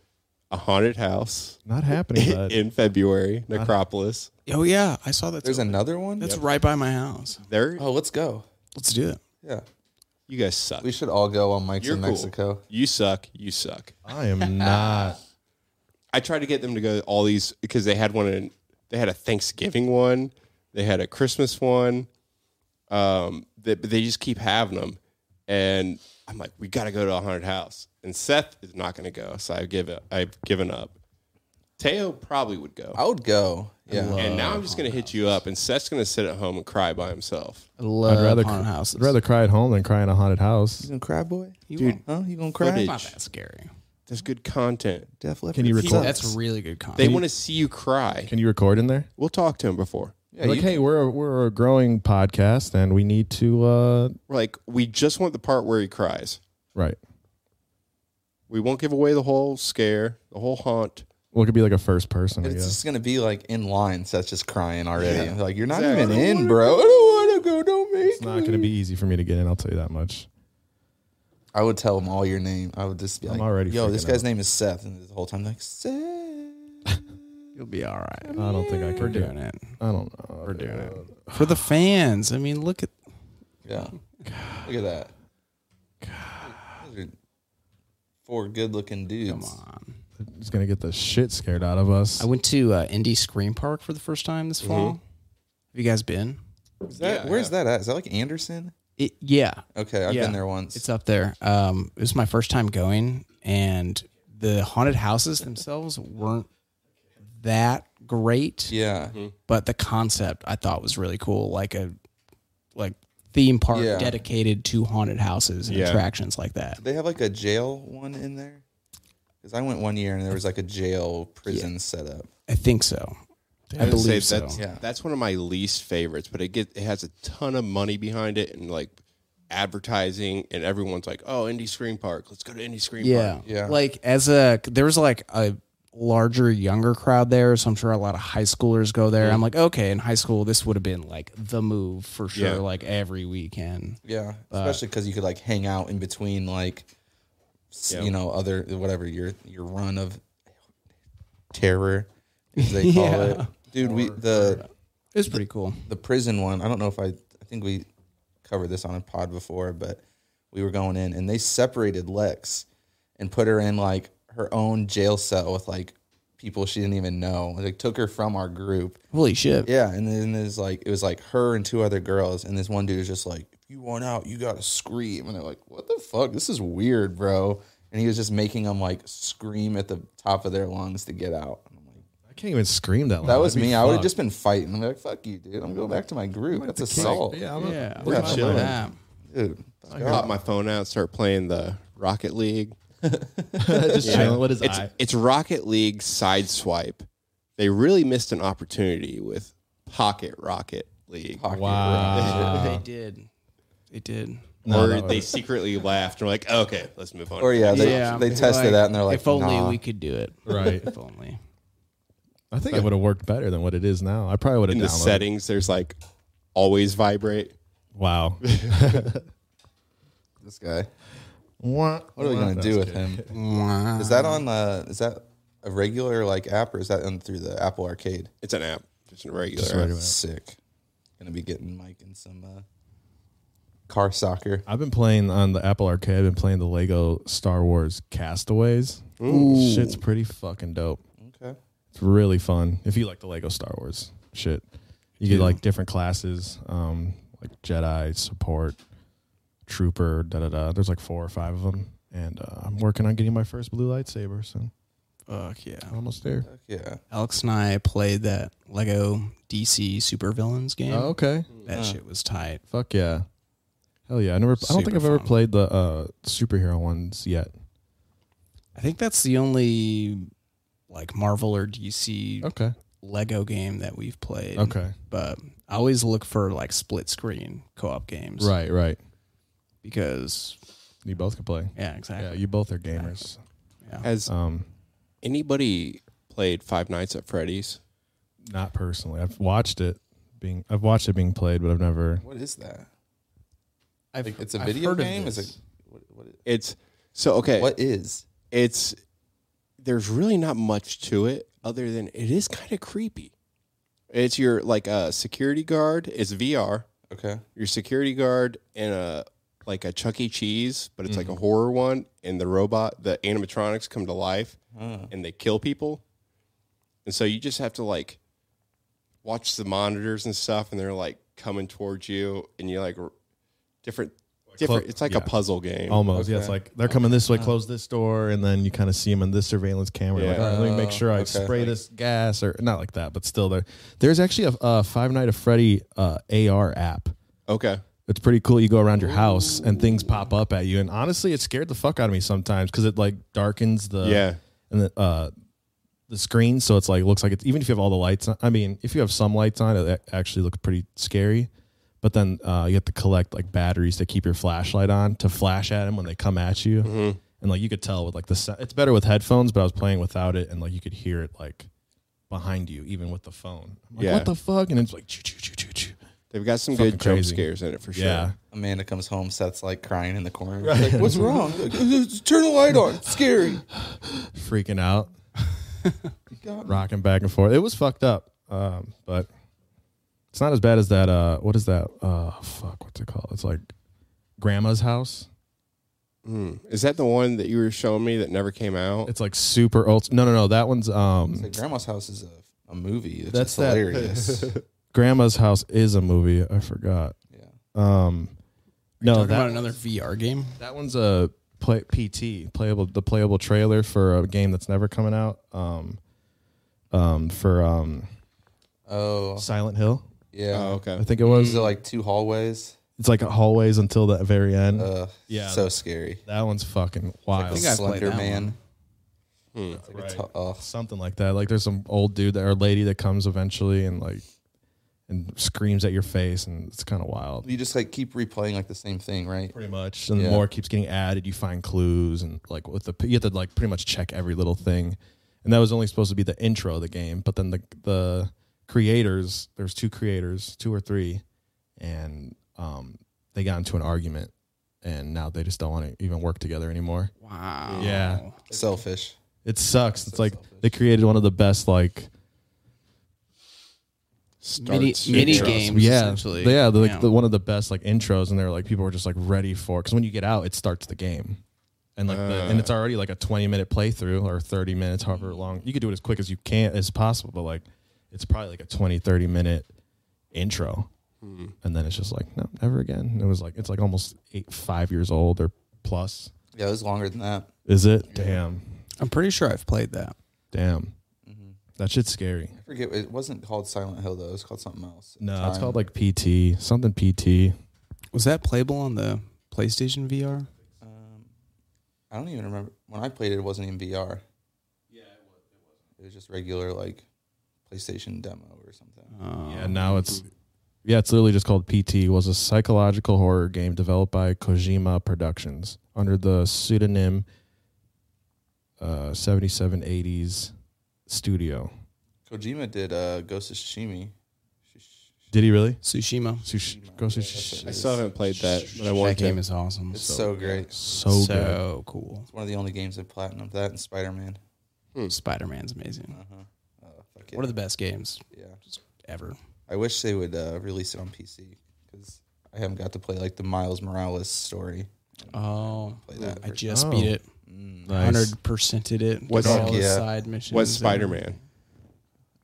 Speaker 4: a haunted house
Speaker 3: <laughs>
Speaker 1: not
Speaker 4: <laughs>
Speaker 1: happening but
Speaker 4: in February,
Speaker 3: Uh-huh.
Speaker 4: Necropolis.
Speaker 2: Oh yeah, I saw that.
Speaker 3: There's another one?
Speaker 2: That's right by my house.
Speaker 4: There,
Speaker 3: Oh, let's go.
Speaker 2: Let's do it.
Speaker 3: Yeah.
Speaker 4: you guys suck.
Speaker 3: We should all go on Mike's
Speaker 4: You're
Speaker 3: in
Speaker 4: cool.
Speaker 3: Mexico.
Speaker 4: You suck. You suck.
Speaker 1: i
Speaker 3: <laughs>
Speaker 1: am not
Speaker 4: I tried to get them to go to all these because they had one in they had a Thanksgiving one, they had a Christmas one. Um, they, but they just keep having them, and I'm like, we got to go to a haunted house, and Seth is not going to go, so I give it. I've given up. Teo probably would go,
Speaker 3: I would go. Yeah.
Speaker 4: and now I'm just going to hit you up, and Seth's going to sit at home and cry by himself.
Speaker 2: I love
Speaker 1: I'd rather
Speaker 2: haunted
Speaker 1: cr-
Speaker 2: houses.
Speaker 1: I'd rather cry at home than cry in a haunted house
Speaker 3: You gonna cry, boy?
Speaker 2: You Dude,
Speaker 3: Huh? You gonna cry?
Speaker 4: Footage.
Speaker 2: not that scary.
Speaker 4: There's good content.
Speaker 3: Def Leppard
Speaker 1: Can you
Speaker 3: sucks.
Speaker 1: record-
Speaker 2: That's really good content.
Speaker 4: They want to see you cry.
Speaker 1: can you record in there
Speaker 4: We'll talk to him before.
Speaker 3: Yeah,
Speaker 1: like,
Speaker 3: you-
Speaker 1: hey, we're a, we're a growing podcast, and we need to uh,
Speaker 4: We're like, we just want the part where he cries.
Speaker 1: right.
Speaker 4: We won't give away the whole scare, the whole haunt.
Speaker 1: Well, it could be like a first person. I
Speaker 3: It's
Speaker 1: guess.
Speaker 3: just gonna be like in line, Seth's just crying already. Like you're not
Speaker 4: Exactly. I
Speaker 3: even in, bro. I don't wanna go, don't make
Speaker 1: It's not going to be easy for me to get in. I'll tell you that much.
Speaker 3: I would tell him all your name. I would just be
Speaker 1: I'm
Speaker 3: like,
Speaker 1: already
Speaker 3: yo, this
Speaker 1: freaking
Speaker 3: guy's
Speaker 1: out.
Speaker 3: name is Seth. And the whole time, like, Seth.
Speaker 2: You'll be all right.
Speaker 1: I don't think I can.
Speaker 2: We're
Speaker 1: do
Speaker 2: doing it
Speaker 1: I don't know. We're
Speaker 2: doing it. for the fans. I mean, look at
Speaker 3: Yeah. Look at that. Those are four good looking dudes.
Speaker 2: come on.
Speaker 1: It's going to get the shit scared out of us.
Speaker 2: Mm-hmm. I went to uh, Indy Scream Park for the first time this fall. Have you guys been?
Speaker 3: Is that,
Speaker 4: Yeah,
Speaker 3: where's
Speaker 4: yeah.
Speaker 3: that at? Is that like Anderson?
Speaker 2: It, yeah,
Speaker 3: Okay, I've
Speaker 2: Yeah.
Speaker 3: been there once.
Speaker 2: It's up there. Um, it was my first time going, and the haunted houses themselves weren't that great,
Speaker 3: yeah,
Speaker 4: Mm-hmm.
Speaker 2: but the concept I thought was really cool, like a like theme park
Speaker 3: Yeah.
Speaker 2: dedicated to haunted houses and
Speaker 4: Yeah.
Speaker 2: attractions like that.
Speaker 3: they have like a jail one in there. Because I went one year and there was like a jail prison setup.
Speaker 2: I think so. I
Speaker 4: would say
Speaker 2: believe so.
Speaker 4: That's,
Speaker 3: Yeah.
Speaker 4: that's one of my least favorites, but it get it has a ton of money behind it and like advertising, and everyone's like, "Oh, Indie Screen Park, let's go to Indie Screen
Speaker 2: Yeah.
Speaker 4: Park."
Speaker 3: Yeah.
Speaker 2: Like as a there was like a larger younger crowd there, so I'm sure a lot of high schoolers go there. I'm like, okay, in high school this would have been like the move for sure,
Speaker 4: Yeah.
Speaker 2: like every weekend.
Speaker 3: Yeah, especially because you could like hang out in between like s-
Speaker 4: Yeah.
Speaker 3: you know other whatever your your run of terror as they call
Speaker 2: Yeah.
Speaker 3: it. Dude, we the
Speaker 2: It was pretty cool.
Speaker 3: the prison one. I don't know if I I think we covered this on a pod before, but we were going in and they separated Lex and put her in like her own jail cell with like people she didn't even know. Like took her from our group
Speaker 2: Holy shit.
Speaker 3: yeah, and then there's like it was like her and two other girls, and this one dude is just like, "If you want out, you gotta scream." And they're like, "What the fuck? This is weird, bro." And he was just making them like scream at the top of their lungs to get out. And I'm like,
Speaker 1: I can't even scream that loud.
Speaker 3: that was
Speaker 1: I'd be
Speaker 3: me. I would have
Speaker 1: fucked.
Speaker 3: just been fighting. I'm like, "Fuck you, dude! I'm going back to my group. That's assault,
Speaker 1: Yeah, I'm
Speaker 2: Yeah.
Speaker 1: We're
Speaker 2: Look at
Speaker 4: chilling.
Speaker 2: that.
Speaker 3: dude."
Speaker 4: I pop my phone out, start playing the Rocket League.
Speaker 1: just chilling with his
Speaker 4: It's
Speaker 1: eye.
Speaker 4: it's Rocket League sideswipe. They really missed an opportunity with Pocket Rocket League.
Speaker 3: Fuck you, bro.
Speaker 1: Wow.
Speaker 2: they did. They did.
Speaker 1: No,
Speaker 4: or
Speaker 1: that
Speaker 4: they secretly laughed and were like, okay, let's move on.
Speaker 3: Or Oh, yeah, they they tested
Speaker 2: Like,
Speaker 3: that and they're like,
Speaker 2: if only
Speaker 3: "Nah."
Speaker 2: we could do it.
Speaker 1: Right.
Speaker 2: If only.
Speaker 1: I think it would have worked better than what it is now. I probably would have
Speaker 4: In the
Speaker 1: downloaded.
Speaker 4: settings, there's like always vibrate.
Speaker 1: Wow.
Speaker 3: this guy.
Speaker 1: what
Speaker 3: What are we gonna do with him? Is that on the? Is that a regular like app or is that on through the Apple Arcade?
Speaker 4: It's an app, just a regular app.
Speaker 1: regular.
Speaker 3: Sick. Gonna be getting Mike in some uh, car soccer.
Speaker 1: I've been playing on the Apple Arcade. I've been playing the Lego Star Wars Castaways. Shit's pretty fucking dope.
Speaker 3: Okay.
Speaker 1: It's really fun if you like the Lego Star Wars shit. You get like different classes, um, like Jedi support, trooper, da da da. There's like four or five of them, and uh, I'm working on getting my first blue lightsaber. So
Speaker 2: Fuck yeah.
Speaker 1: I'm almost there.
Speaker 3: Yeah.
Speaker 2: Alex and I played that Lego DC supervillains game.
Speaker 1: Oh, okay.
Speaker 2: That shit was tight.
Speaker 1: Fuck yeah. Hell yeah. I never. I don't think
Speaker 2: Super
Speaker 1: I've ever
Speaker 2: fun.
Speaker 1: played the uh, superhero ones yet.
Speaker 2: I think that's the only like Marvel or DC
Speaker 1: Okay.
Speaker 2: Lego game that we've played.
Speaker 1: Oh. Okay.
Speaker 2: But I always look for like split screen co op games.
Speaker 1: Right. Right.
Speaker 2: Because
Speaker 1: You both can play.
Speaker 2: yeah,
Speaker 1: Yeah.
Speaker 2: exactly.
Speaker 1: You both are gamers.
Speaker 4: Has
Speaker 1: Um,
Speaker 4: anybody played Five Nights at Freddy's?
Speaker 1: not personally. I've watched it being. I've watched it being played, but I've never.
Speaker 3: What is that?
Speaker 2: I've,
Speaker 3: Like, it's a
Speaker 2: I've
Speaker 3: video
Speaker 2: heard of
Speaker 3: game. Is
Speaker 2: this.
Speaker 3: it? What, what, is-
Speaker 4: It's so okay.
Speaker 3: what is?
Speaker 4: It's there's really not much to it other than it is kind of creepy. It's your like a security guard. It's VR.
Speaker 3: Okay.
Speaker 4: Your security guard in a like a Chuck E. Cheese, but it's like
Speaker 1: Mm.
Speaker 4: a horror one, and the robot, the animatronics come to life
Speaker 1: Mm.
Speaker 4: and they kill people. And so you just have to like watch the monitors and stuff, and they're like coming towards you, and you like r- different, different.
Speaker 1: clo-
Speaker 4: it's like
Speaker 1: yeah. Oh,
Speaker 4: a puzzle game.
Speaker 1: Almost, yeah. It's like they're coming
Speaker 4: Uh-huh.
Speaker 1: this way, close this door, and then you kind of see them in this surveillance camera. Like,
Speaker 4: Yeah.
Speaker 1: all right, let me make sure I spray this gas, or not like that, but still there. There's actually a, uh Five Night at Freddy uh, AR app.
Speaker 4: okay.
Speaker 1: It's pretty cool. You go around your house and things pop up at you, and honestly, it scared the fuck out of me sometimes because it like darkens the
Speaker 4: Yeah.
Speaker 1: and the uh the screen, so it's like looks like it's even if you have all the lights. on I mean, if you have some lights on, it a- actually looks pretty scary. But then uh, you have to collect like batteries to keep your flashlight on to flash at them when they come at you,
Speaker 4: Mm-hmm.
Speaker 1: and like you could tell with like the sa- it's better with headphones, but I was playing without it, and like you could hear it like behind you even with the phone. I'm like,
Speaker 4: Yeah.
Speaker 1: what the fuck? And it's like choo choo choo choo choo.
Speaker 4: They've got some
Speaker 1: Fucking
Speaker 4: good jump
Speaker 1: crazy.
Speaker 4: scares in it for sure.
Speaker 1: Yeah.
Speaker 3: Amanda comes home, Seth's like crying in the corner. Like, what's
Speaker 2: <laughs>
Speaker 3: wrong? Like, <laughs> Turn the light on. It's scary.
Speaker 1: freaking
Speaker 2: <laughs>
Speaker 1: out, rocking back and forth. It was fucked up, um, but it's not as bad as that. Uh, what is that? Uh, fuck, what's it called? It's like Grandma's House.
Speaker 4: Is that the one that you were showing me that never came out?
Speaker 1: It's like super old. No, no, no. That one's um,
Speaker 3: Like, Grandma's house is a, a movie. It's
Speaker 1: That's
Speaker 3: just
Speaker 1: that-
Speaker 2: <laughs>
Speaker 3: hilarious.
Speaker 1: Grandma's House is a movie. I forgot.
Speaker 3: Yeah.
Speaker 1: Um, no,
Speaker 2: Talking
Speaker 1: that
Speaker 2: about another VR game.
Speaker 1: that one's a play, PT playable the playable trailer for a game that's never coming out. Um, um, for um,
Speaker 3: Oh,
Speaker 1: Silent Hill,
Speaker 3: yeah.
Speaker 4: Oh, okay.
Speaker 1: I think it was.
Speaker 3: Is it like two hallways?
Speaker 1: It's like hallways until the very end.
Speaker 3: Ugh,
Speaker 1: Yeah.
Speaker 3: So scary.
Speaker 1: that one's fucking
Speaker 3: Like
Speaker 1: wild.
Speaker 3: a
Speaker 2: think I played
Speaker 3: Slender
Speaker 2: that
Speaker 3: Man.
Speaker 2: one.
Speaker 3: It's like a t- oh. ugh.
Speaker 1: something like that. Like there's some old dude that, or lady that comes eventually and like and screams at your face, and it's kind of wild.
Speaker 3: You just like keep replaying like the same thing, right?
Speaker 1: Pretty much, and
Speaker 3: Yeah.
Speaker 1: more keeps getting added. You find clues, and like with the you have to like pretty much check every little thing. And that was only supposed to be the intro of the game, but then the the creators there's two creators, two or three, and um they got into an argument, and now they just don't want to even work together anymore.
Speaker 2: Wow.
Speaker 1: Yeah.
Speaker 3: Selfish.
Speaker 1: It sucks. It's
Speaker 3: So
Speaker 1: like
Speaker 3: selfish.
Speaker 1: they created one of the best like
Speaker 2: Mini,
Speaker 4: Starts
Speaker 2: mini
Speaker 4: intros.
Speaker 2: games,
Speaker 1: yeah,
Speaker 2: essentially.
Speaker 1: Yeah, the, like,
Speaker 2: Yeah.
Speaker 1: The, one of the best like intros, and they're like people were just like ready for because when you get out, it starts the game, and like the, and it's already like a twenty minute playthrough or thirty minutes, however
Speaker 2: Mm-hmm.
Speaker 1: long you could do it as quick as you can as possible, but like it's probably like a 20, 30 minute intro, and then it's just like no, never again. And it was like it's like almost eight five years old or plus.
Speaker 3: Yeah, it was longer than that.
Speaker 1: Is it? Damn,
Speaker 2: I'm pretty sure I've played that.
Speaker 1: damn,
Speaker 2: Mm-hmm.
Speaker 1: that shit's scary.
Speaker 3: I forget. It wasn't called Silent Hill though. It was called something else. at the
Speaker 1: No, it's
Speaker 3: time.
Speaker 1: called like PT something PT.
Speaker 2: Was that playable on the PlayStation VR?
Speaker 3: Um, I don't even remember when I played it. It wasn't even VR. Yeah, it was. It was just regular like PlayStation demo or something.
Speaker 2: Uh,
Speaker 1: Yeah, now it's yeah, it's literally just called PT. It was a psychological horror game developed by Kojima Productions under the pseudonym uh, 7780s Studio.
Speaker 3: Kojima did uh, Ghost of Tsushima. Shish-
Speaker 1: Did he really?
Speaker 2: Tsushima.
Speaker 1: Sush-
Speaker 3: Tsushima,
Speaker 1: Ghost of
Speaker 3: yeah, that's
Speaker 1: Tsushima.
Speaker 3: what
Speaker 4: I
Speaker 3: it
Speaker 4: still
Speaker 3: is.
Speaker 4: haven't played that, but I
Speaker 2: That
Speaker 4: want
Speaker 2: game
Speaker 4: to.
Speaker 2: is awesome.
Speaker 3: It's so great. It's
Speaker 1: so, Oh, good.
Speaker 2: So cool.
Speaker 3: one of the only games I platinum. That and Spider Man. Hmm.
Speaker 2: Spider Man's amazing.
Speaker 3: Uh huh. Oh, fuck
Speaker 2: One of
Speaker 3: yeah.
Speaker 2: the best games
Speaker 3: yeah.
Speaker 2: ever.
Speaker 3: I wish they would uh, release it on PC because I haven't got to play like the Miles Morales story.
Speaker 2: Oh,
Speaker 3: Play that.
Speaker 2: I just
Speaker 1: Oh.
Speaker 2: beat it.
Speaker 3: Mm.
Speaker 1: Nice.
Speaker 2: Hundred percented it.
Speaker 4: What's-
Speaker 2: Did all the
Speaker 3: Yeah.
Speaker 2: side missions?
Speaker 4: What's
Speaker 2: and-
Speaker 4: Spider Man?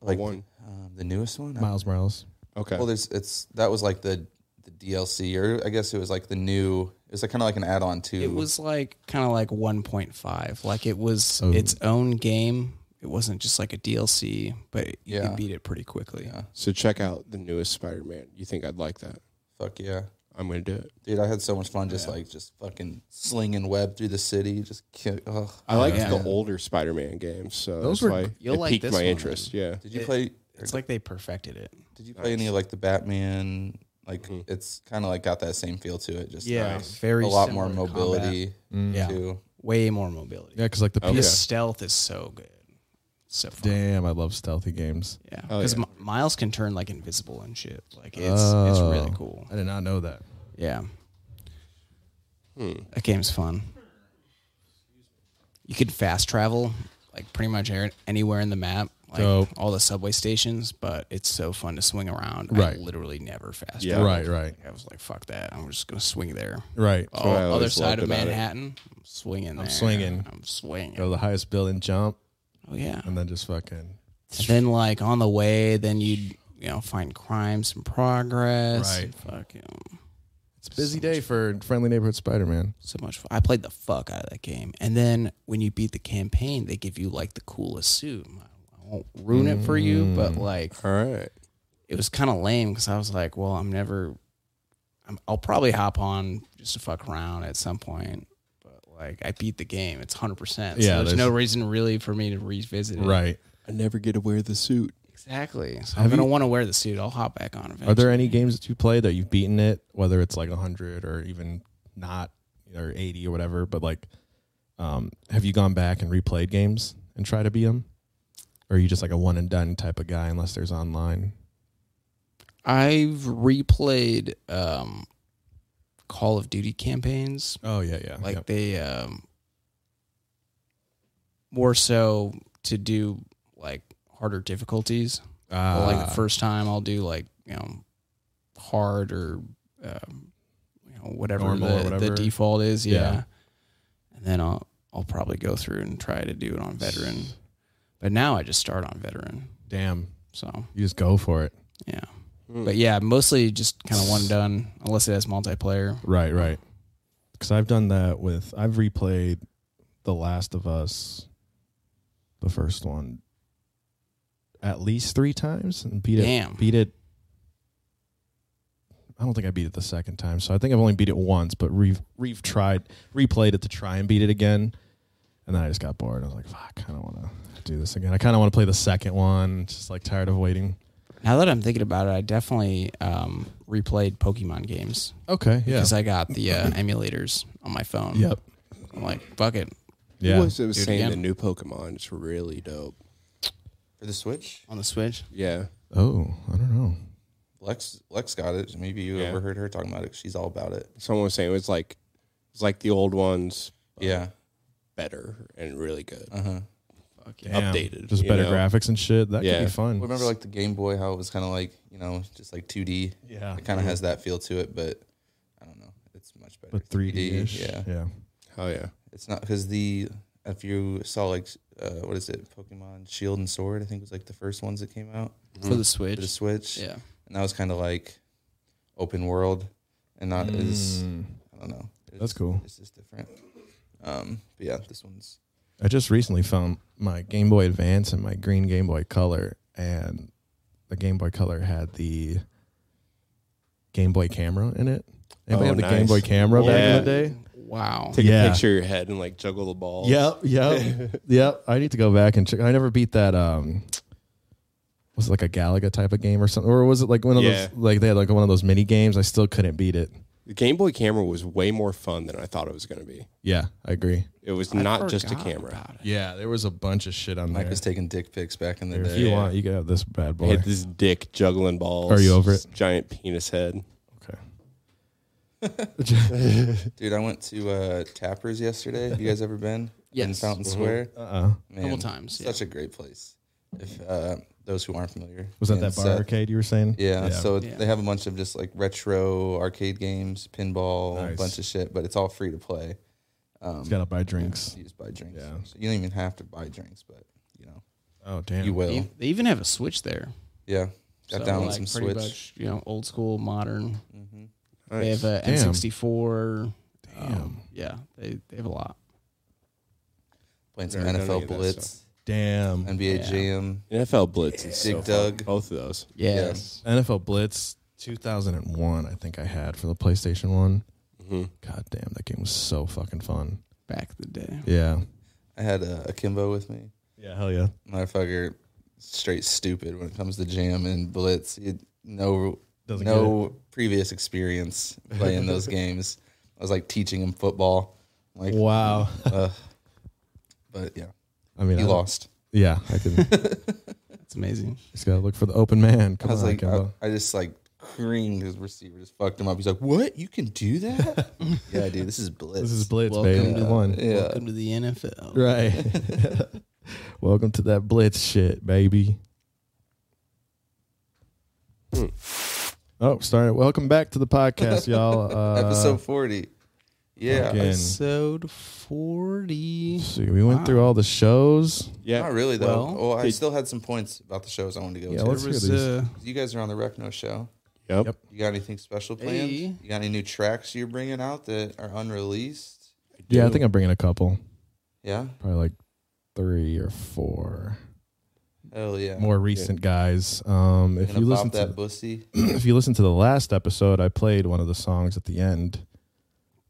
Speaker 3: Like
Speaker 4: one.
Speaker 3: Um, the newest one.
Speaker 1: Miles Morales.
Speaker 4: Okay.
Speaker 3: Well, there's it's that was like the the DLC or I guess it was like the new. It was like kind of like an add on to.
Speaker 2: It was like kind of like 1.5. Like it was
Speaker 1: So-
Speaker 2: its own game. It wasn't just like a DLC, but you
Speaker 3: Yeah.
Speaker 2: could beat it pretty quickly.
Speaker 3: Yeah.
Speaker 4: so check out the newest Spider Man. You think I'd like that?
Speaker 3: fuck yeah,
Speaker 4: I'm gonna do it.
Speaker 3: dude. I had so much fun just like just fucking slinging web through the city. Just kill. Ugh.
Speaker 4: I like
Speaker 2: Yeah.
Speaker 4: the older Spider Man games, so
Speaker 1: Those
Speaker 4: those
Speaker 1: were-
Speaker 4: were why
Speaker 2: you'll
Speaker 4: it
Speaker 2: like
Speaker 4: piqued
Speaker 2: this
Speaker 4: my
Speaker 2: one,
Speaker 4: interest. Yeah.
Speaker 3: Did you
Speaker 2: It-
Speaker 3: play?
Speaker 2: It's like they perfected it.
Speaker 3: Did you play any of like the Batman? Like it's kind of like got that same feel to it. Just
Speaker 2: Yeah,
Speaker 3: uh,
Speaker 2: very
Speaker 3: a lot more
Speaker 2: similar combat. Mm.
Speaker 3: mobility. Oh,
Speaker 2: Yeah.
Speaker 3: Too.
Speaker 2: Way more mobility.
Speaker 1: Yeah, because like the
Speaker 4: Okay.
Speaker 2: The
Speaker 1: PS.
Speaker 2: stealth is so good. So fun.
Speaker 1: Damn, I love stealthy games.
Speaker 2: Yeah,
Speaker 4: Oh,
Speaker 2: because
Speaker 4: yeah.
Speaker 2: Miles can turn like invisible and shit. Like it's it's
Speaker 1: Oh.
Speaker 2: really cool.
Speaker 1: I did not know that.
Speaker 2: Yeah,
Speaker 4: Hmm.
Speaker 2: that game's fun. You could fast travel like pretty much a- anywhere in the map, like
Speaker 1: Dope.
Speaker 2: all the subway stations. But it's so fun to swing around.
Speaker 1: Right.
Speaker 2: I literally never fast.
Speaker 4: Yeah.
Speaker 2: traveled.
Speaker 1: Right, right,
Speaker 2: I was like, fuck that. I'm just gonna swing there.
Speaker 1: right.
Speaker 2: Oh,
Speaker 4: what I always
Speaker 2: other side
Speaker 4: loved
Speaker 2: of
Speaker 4: about it.
Speaker 2: Manhattan. I'm swinging. I'm
Speaker 1: swinging.
Speaker 2: I'm swinging.
Speaker 1: Go to the highest building, jump,
Speaker 2: Oh yeah.
Speaker 1: and then just fucking
Speaker 2: And then like on the way, then you'd you know find crimes in progress.
Speaker 1: Right.
Speaker 2: and Fucking
Speaker 1: it's a busy day for friendly neighborhood Spider Man.
Speaker 2: so much fun. I played the fuck out of that game. And then when you beat the campaign, they give you like the coolest suit. I won't ruin it for you,
Speaker 1: Mm.
Speaker 2: but like
Speaker 4: All right.
Speaker 2: it was kind of lame because I was like, well, I'm never. I'm, I'll probably hop on just to fuck around at some point. But like I beat the game. It's hundred percent. So
Speaker 1: Yeah,
Speaker 2: there's,
Speaker 1: there's-
Speaker 2: no reason really for me to revisit it.
Speaker 1: Right.
Speaker 4: I never get to wear the suit.
Speaker 2: Exactly. So I'm gonna want to wear the suit. I'll hop back on eventually.
Speaker 1: Are there any games that you play that you've beaten it, whether it's like 100 or even not, or 80 or whatever? But like, um, have you gone back and replayed games and try to beat them? Or are you just like a one and done type of guy unless there's online?
Speaker 2: I've replayed um, Call of Duty campaigns.
Speaker 1: Oh, yeah, yeah.
Speaker 2: Like they um, more so to do like harder difficulties.
Speaker 1: Ah,
Speaker 2: But, like the first time, I'll do like you know hard or um, you know whatever,
Speaker 1: Normal
Speaker 2: the,
Speaker 1: or
Speaker 2: the
Speaker 1: whatever.
Speaker 2: default is.
Speaker 1: Yeah.
Speaker 2: Yeah. and then I'll I'll probably go through and try to do it on veteran. But now I just start on veteran.
Speaker 1: Damn,
Speaker 2: So
Speaker 1: you just go for it.
Speaker 2: yeah,
Speaker 1: Hmm.
Speaker 2: But yeah, mostly just kind of one done, unless it has multiplayer.
Speaker 1: Right, right. Because I've done that with I've replayed The Last of Us, the first one, at least three times and beat
Speaker 2: Damn.
Speaker 1: it. Beat it. I don't think I beat it the second time, so I think I've only beat it once. But we've we've tried replayed it to try and beat it again, and then I just got bored. I was like, "Fuck, I don't want to do this again. I kind of want to play the second one. Just like tired of waiting."
Speaker 2: Now that I'm thinking about it, I definitely um, replayed Pokemon games
Speaker 1: Okay, yeah,
Speaker 2: because I got the uh, <laughs> emulators on my phone.
Speaker 1: yep,
Speaker 2: I'm like, fuck it,
Speaker 1: yeah.
Speaker 4: was, it was
Speaker 2: Do it
Speaker 4: saying
Speaker 2: again.
Speaker 4: the new Pokemon is really dope.
Speaker 3: For the Switch,
Speaker 2: on the Switch.
Speaker 4: Yeah,
Speaker 1: Oh, I don't know.
Speaker 3: Lex Lex got it. Maybe you
Speaker 4: Yeah.
Speaker 3: overheard her talking about it. She's all about it.
Speaker 4: someone was saying it was like it's like the old ones
Speaker 3: Yeah.
Speaker 4: better and really good,
Speaker 3: Uh huh.
Speaker 1: Damn.
Speaker 4: updated,
Speaker 1: just
Speaker 4: you
Speaker 1: better
Speaker 4: know?
Speaker 1: graphics and shit. That
Speaker 4: Yeah.
Speaker 1: could be fun.
Speaker 3: Remember like the Game Boy, how it was kind of like you know just like 2D.
Speaker 1: yeah,
Speaker 3: It kind of has that feel to it, but I don't know. It's much better.
Speaker 1: but 3D ish.
Speaker 3: Yeah.
Speaker 1: yeah.
Speaker 4: Oh yeah,
Speaker 3: It's not because the if you saw like uh, what is it, Pokemon Shield and Sword? I think was like the first ones that came out
Speaker 2: for the
Speaker 3: for the
Speaker 2: Switch.
Speaker 3: Switch.
Speaker 2: Yeah,
Speaker 3: and that was kind of like open world and not as I don't know. It's
Speaker 1: Mm. That's
Speaker 3: just-
Speaker 1: cool.
Speaker 3: It's just different. Um, but yeah, this one's
Speaker 1: I just recently found my Game Boy Advance and my green Game Boy Color, and the Game Boy Color had the Game Boy camera in it. Anybody
Speaker 4: Oh,
Speaker 1: have the Game
Speaker 4: nice.
Speaker 1: Boy camera back
Speaker 4: Yeah.
Speaker 1: in the day?
Speaker 2: wow.
Speaker 4: take
Speaker 1: Yeah.
Speaker 4: a picture of your head and like juggle the ball.
Speaker 1: Yep,
Speaker 4: <laughs>
Speaker 1: yep, yep. I need to go back and check. I never beat that. Um, was it like a Galaga type of game or something, or was it like one of
Speaker 4: Yeah.
Speaker 1: those like they had like one of those mini games? I still couldn't beat it.
Speaker 4: the Game Boy camera was way more fun than I thought it was going to be.
Speaker 1: Yeah, I agree.
Speaker 4: It was
Speaker 2: I
Speaker 4: not just a
Speaker 2: forgot
Speaker 4: camera.
Speaker 2: about it.
Speaker 1: Yeah, there was a bunch of shit on
Speaker 3: Mike
Speaker 1: there.
Speaker 3: was taking dick pics back in the
Speaker 1: If
Speaker 3: day.
Speaker 1: you want, you can have this bad
Speaker 4: I
Speaker 1: boy.
Speaker 4: had this dick juggling balls.
Speaker 1: Are you over it?
Speaker 4: Giant penis head.
Speaker 1: Okay.
Speaker 3: Dude, I went to uh, Tappers yesterday. Have you guys ever been? In
Speaker 2: <laughs> Yes.
Speaker 3: Fountain Square.
Speaker 1: Uh uh
Speaker 3: Man,
Speaker 2: Couple times, yeah.
Speaker 3: Such a great place. If uh, those who aren't familiar.
Speaker 1: Was that
Speaker 3: And
Speaker 1: that bar
Speaker 3: Seth-
Speaker 1: arcade you were saying?
Speaker 3: Yeah, so it-
Speaker 2: Yeah.
Speaker 3: they have a bunch of just like retro arcade games, pinball, a
Speaker 1: Nice.
Speaker 3: bunch of shit, but it's all free to play.
Speaker 1: it's gotta buy drinks.
Speaker 3: You just buy drinks.
Speaker 1: Yeah.
Speaker 3: So you don't even have to buy drinks, but you know,
Speaker 1: Oh damn.
Speaker 3: you will.
Speaker 2: They, they even have a Switch there.
Speaker 3: Yeah. Got
Speaker 2: So,
Speaker 3: down
Speaker 2: like,
Speaker 3: some
Speaker 2: pretty
Speaker 3: Switch. Mm-hmm.
Speaker 2: much, you know, old school, modern. They
Speaker 4: Nice.
Speaker 2: have a
Speaker 1: Damn.
Speaker 2: N64. Damn. yeah, they, they have a lot.
Speaker 3: Playing some
Speaker 4: They're gonna
Speaker 3: NFL
Speaker 4: get that
Speaker 3: Blitz,
Speaker 1: Damn.
Speaker 3: NBA
Speaker 2: Yeah.
Speaker 3: Jam.
Speaker 4: NFL Blitz is so
Speaker 3: Dig
Speaker 4: fun.
Speaker 3: Dug.
Speaker 4: Both of those.
Speaker 2: Yes.
Speaker 1: NFL Blitz 2001, I think I had for the PlayStation One. Mm-hmm. God damn, that game was so fucking fun.
Speaker 2: Back in the day.
Speaker 1: Yeah.
Speaker 3: I had a Akimbo with me.
Speaker 1: Yeah, hell yeah.
Speaker 3: Motherfucker, straight stupid when it comes to Jam and Blitz. He had no
Speaker 1: Doesn't
Speaker 3: no previous experience playing
Speaker 1: <laughs>
Speaker 3: those games. I was like teaching him football. Like,
Speaker 1: <laughs> Wow.
Speaker 3: uh, but yeah,
Speaker 1: I mean,
Speaker 3: he
Speaker 1: I-
Speaker 3: lost.
Speaker 1: Yeah, I <laughs> could.
Speaker 2: That's amazing.
Speaker 1: just gotta look for the open man. Come
Speaker 3: I was
Speaker 1: on,
Speaker 3: like, I,
Speaker 1: Kimbo.
Speaker 3: I just like creamed his receiver, just fucked him up. He's like, "What? You can do
Speaker 1: <laughs>
Speaker 3: that? yeah, dude, this is Blitz.
Speaker 1: this is Blitz,
Speaker 2: Welcome
Speaker 1: baby. One.
Speaker 3: Yeah.
Speaker 2: Welcome to the NFL.
Speaker 1: Right. <laughs> Welcome to that blitz shit, baby. Oh, sorry. Welcome back to the
Speaker 3: <laughs>
Speaker 1: podcast, y'all. Uh,
Speaker 3: episode forty. Yeah,
Speaker 1: again.
Speaker 2: Episode 40.
Speaker 1: let's See, we went through all the shows.
Speaker 4: Yeah.
Speaker 3: Not really though.
Speaker 2: Well,
Speaker 3: oh, I
Speaker 4: did-
Speaker 3: still had some points about the shows I wanted to go
Speaker 1: Yeah,
Speaker 3: to.
Speaker 1: let's
Speaker 2: There
Speaker 1: hear
Speaker 2: was
Speaker 1: these.
Speaker 2: uh,
Speaker 3: You guys are on the Recno show.
Speaker 4: Yep.
Speaker 1: Yep.
Speaker 3: You got anything special planned?
Speaker 2: Hey.
Speaker 3: You got any new tracks you're bringing out that are unreleased?
Speaker 1: yeah, I think I'm bringing a couple,
Speaker 3: Yeah,
Speaker 1: probably like three or four
Speaker 3: hell yeah.
Speaker 1: more recent guys. Um, if
Speaker 3: Gonna
Speaker 1: you
Speaker 3: pop
Speaker 1: listen
Speaker 3: that Oh,
Speaker 1: to
Speaker 3: bussy.
Speaker 1: if you listen to the <clears throat> last episode, I played one of the songs at the end.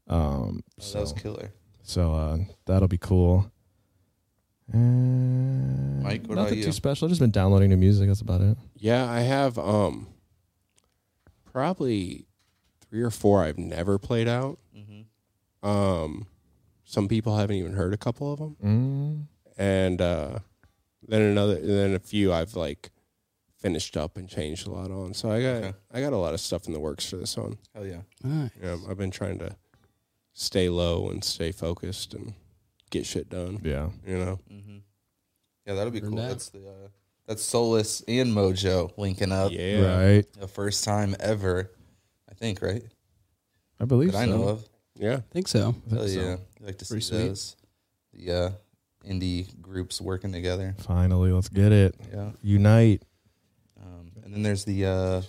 Speaker 1: Um,
Speaker 3: Oh,
Speaker 1: so
Speaker 3: that was killer.
Speaker 1: So uh, that'll be cool. And
Speaker 3: Mike, what
Speaker 1: nothing
Speaker 3: about you?
Speaker 1: too special. I've just been downloading new music. That's about it.
Speaker 4: Yeah, I have um probably three or four I've never played out.
Speaker 3: Mm-hmm.
Speaker 4: Um, some people haven't even heard a couple of them,
Speaker 3: Mm-hmm.
Speaker 1: Mm.
Speaker 4: and uh, then another, then a few I've like finished up and changed a lot on. So I got
Speaker 3: Okay.
Speaker 4: I got a lot of stuff in the works for this one.
Speaker 3: Hell yeah.
Speaker 2: nice.
Speaker 4: Yeah, I've been trying to stay low and stay focused and get shit done.
Speaker 1: Yeah.
Speaker 4: You know,
Speaker 3: Mm-hmm. Yeah, that'll be
Speaker 2: Heard
Speaker 3: cool.
Speaker 2: that.
Speaker 3: That's the uh, that's Solus and Mojo linking up.
Speaker 4: yeah,
Speaker 1: Right.
Speaker 3: The first time ever, I think. Right?
Speaker 1: I believe
Speaker 3: That I know
Speaker 1: so.
Speaker 3: of.
Speaker 4: yeah.
Speaker 2: I think so.
Speaker 3: Hell yeah. You like to see
Speaker 2: Pretty sweet.
Speaker 3: those. The uh, indie groups working together.
Speaker 1: Finally, let's get it.
Speaker 3: Yeah.
Speaker 1: Unite.
Speaker 3: Um, and then there's the uh,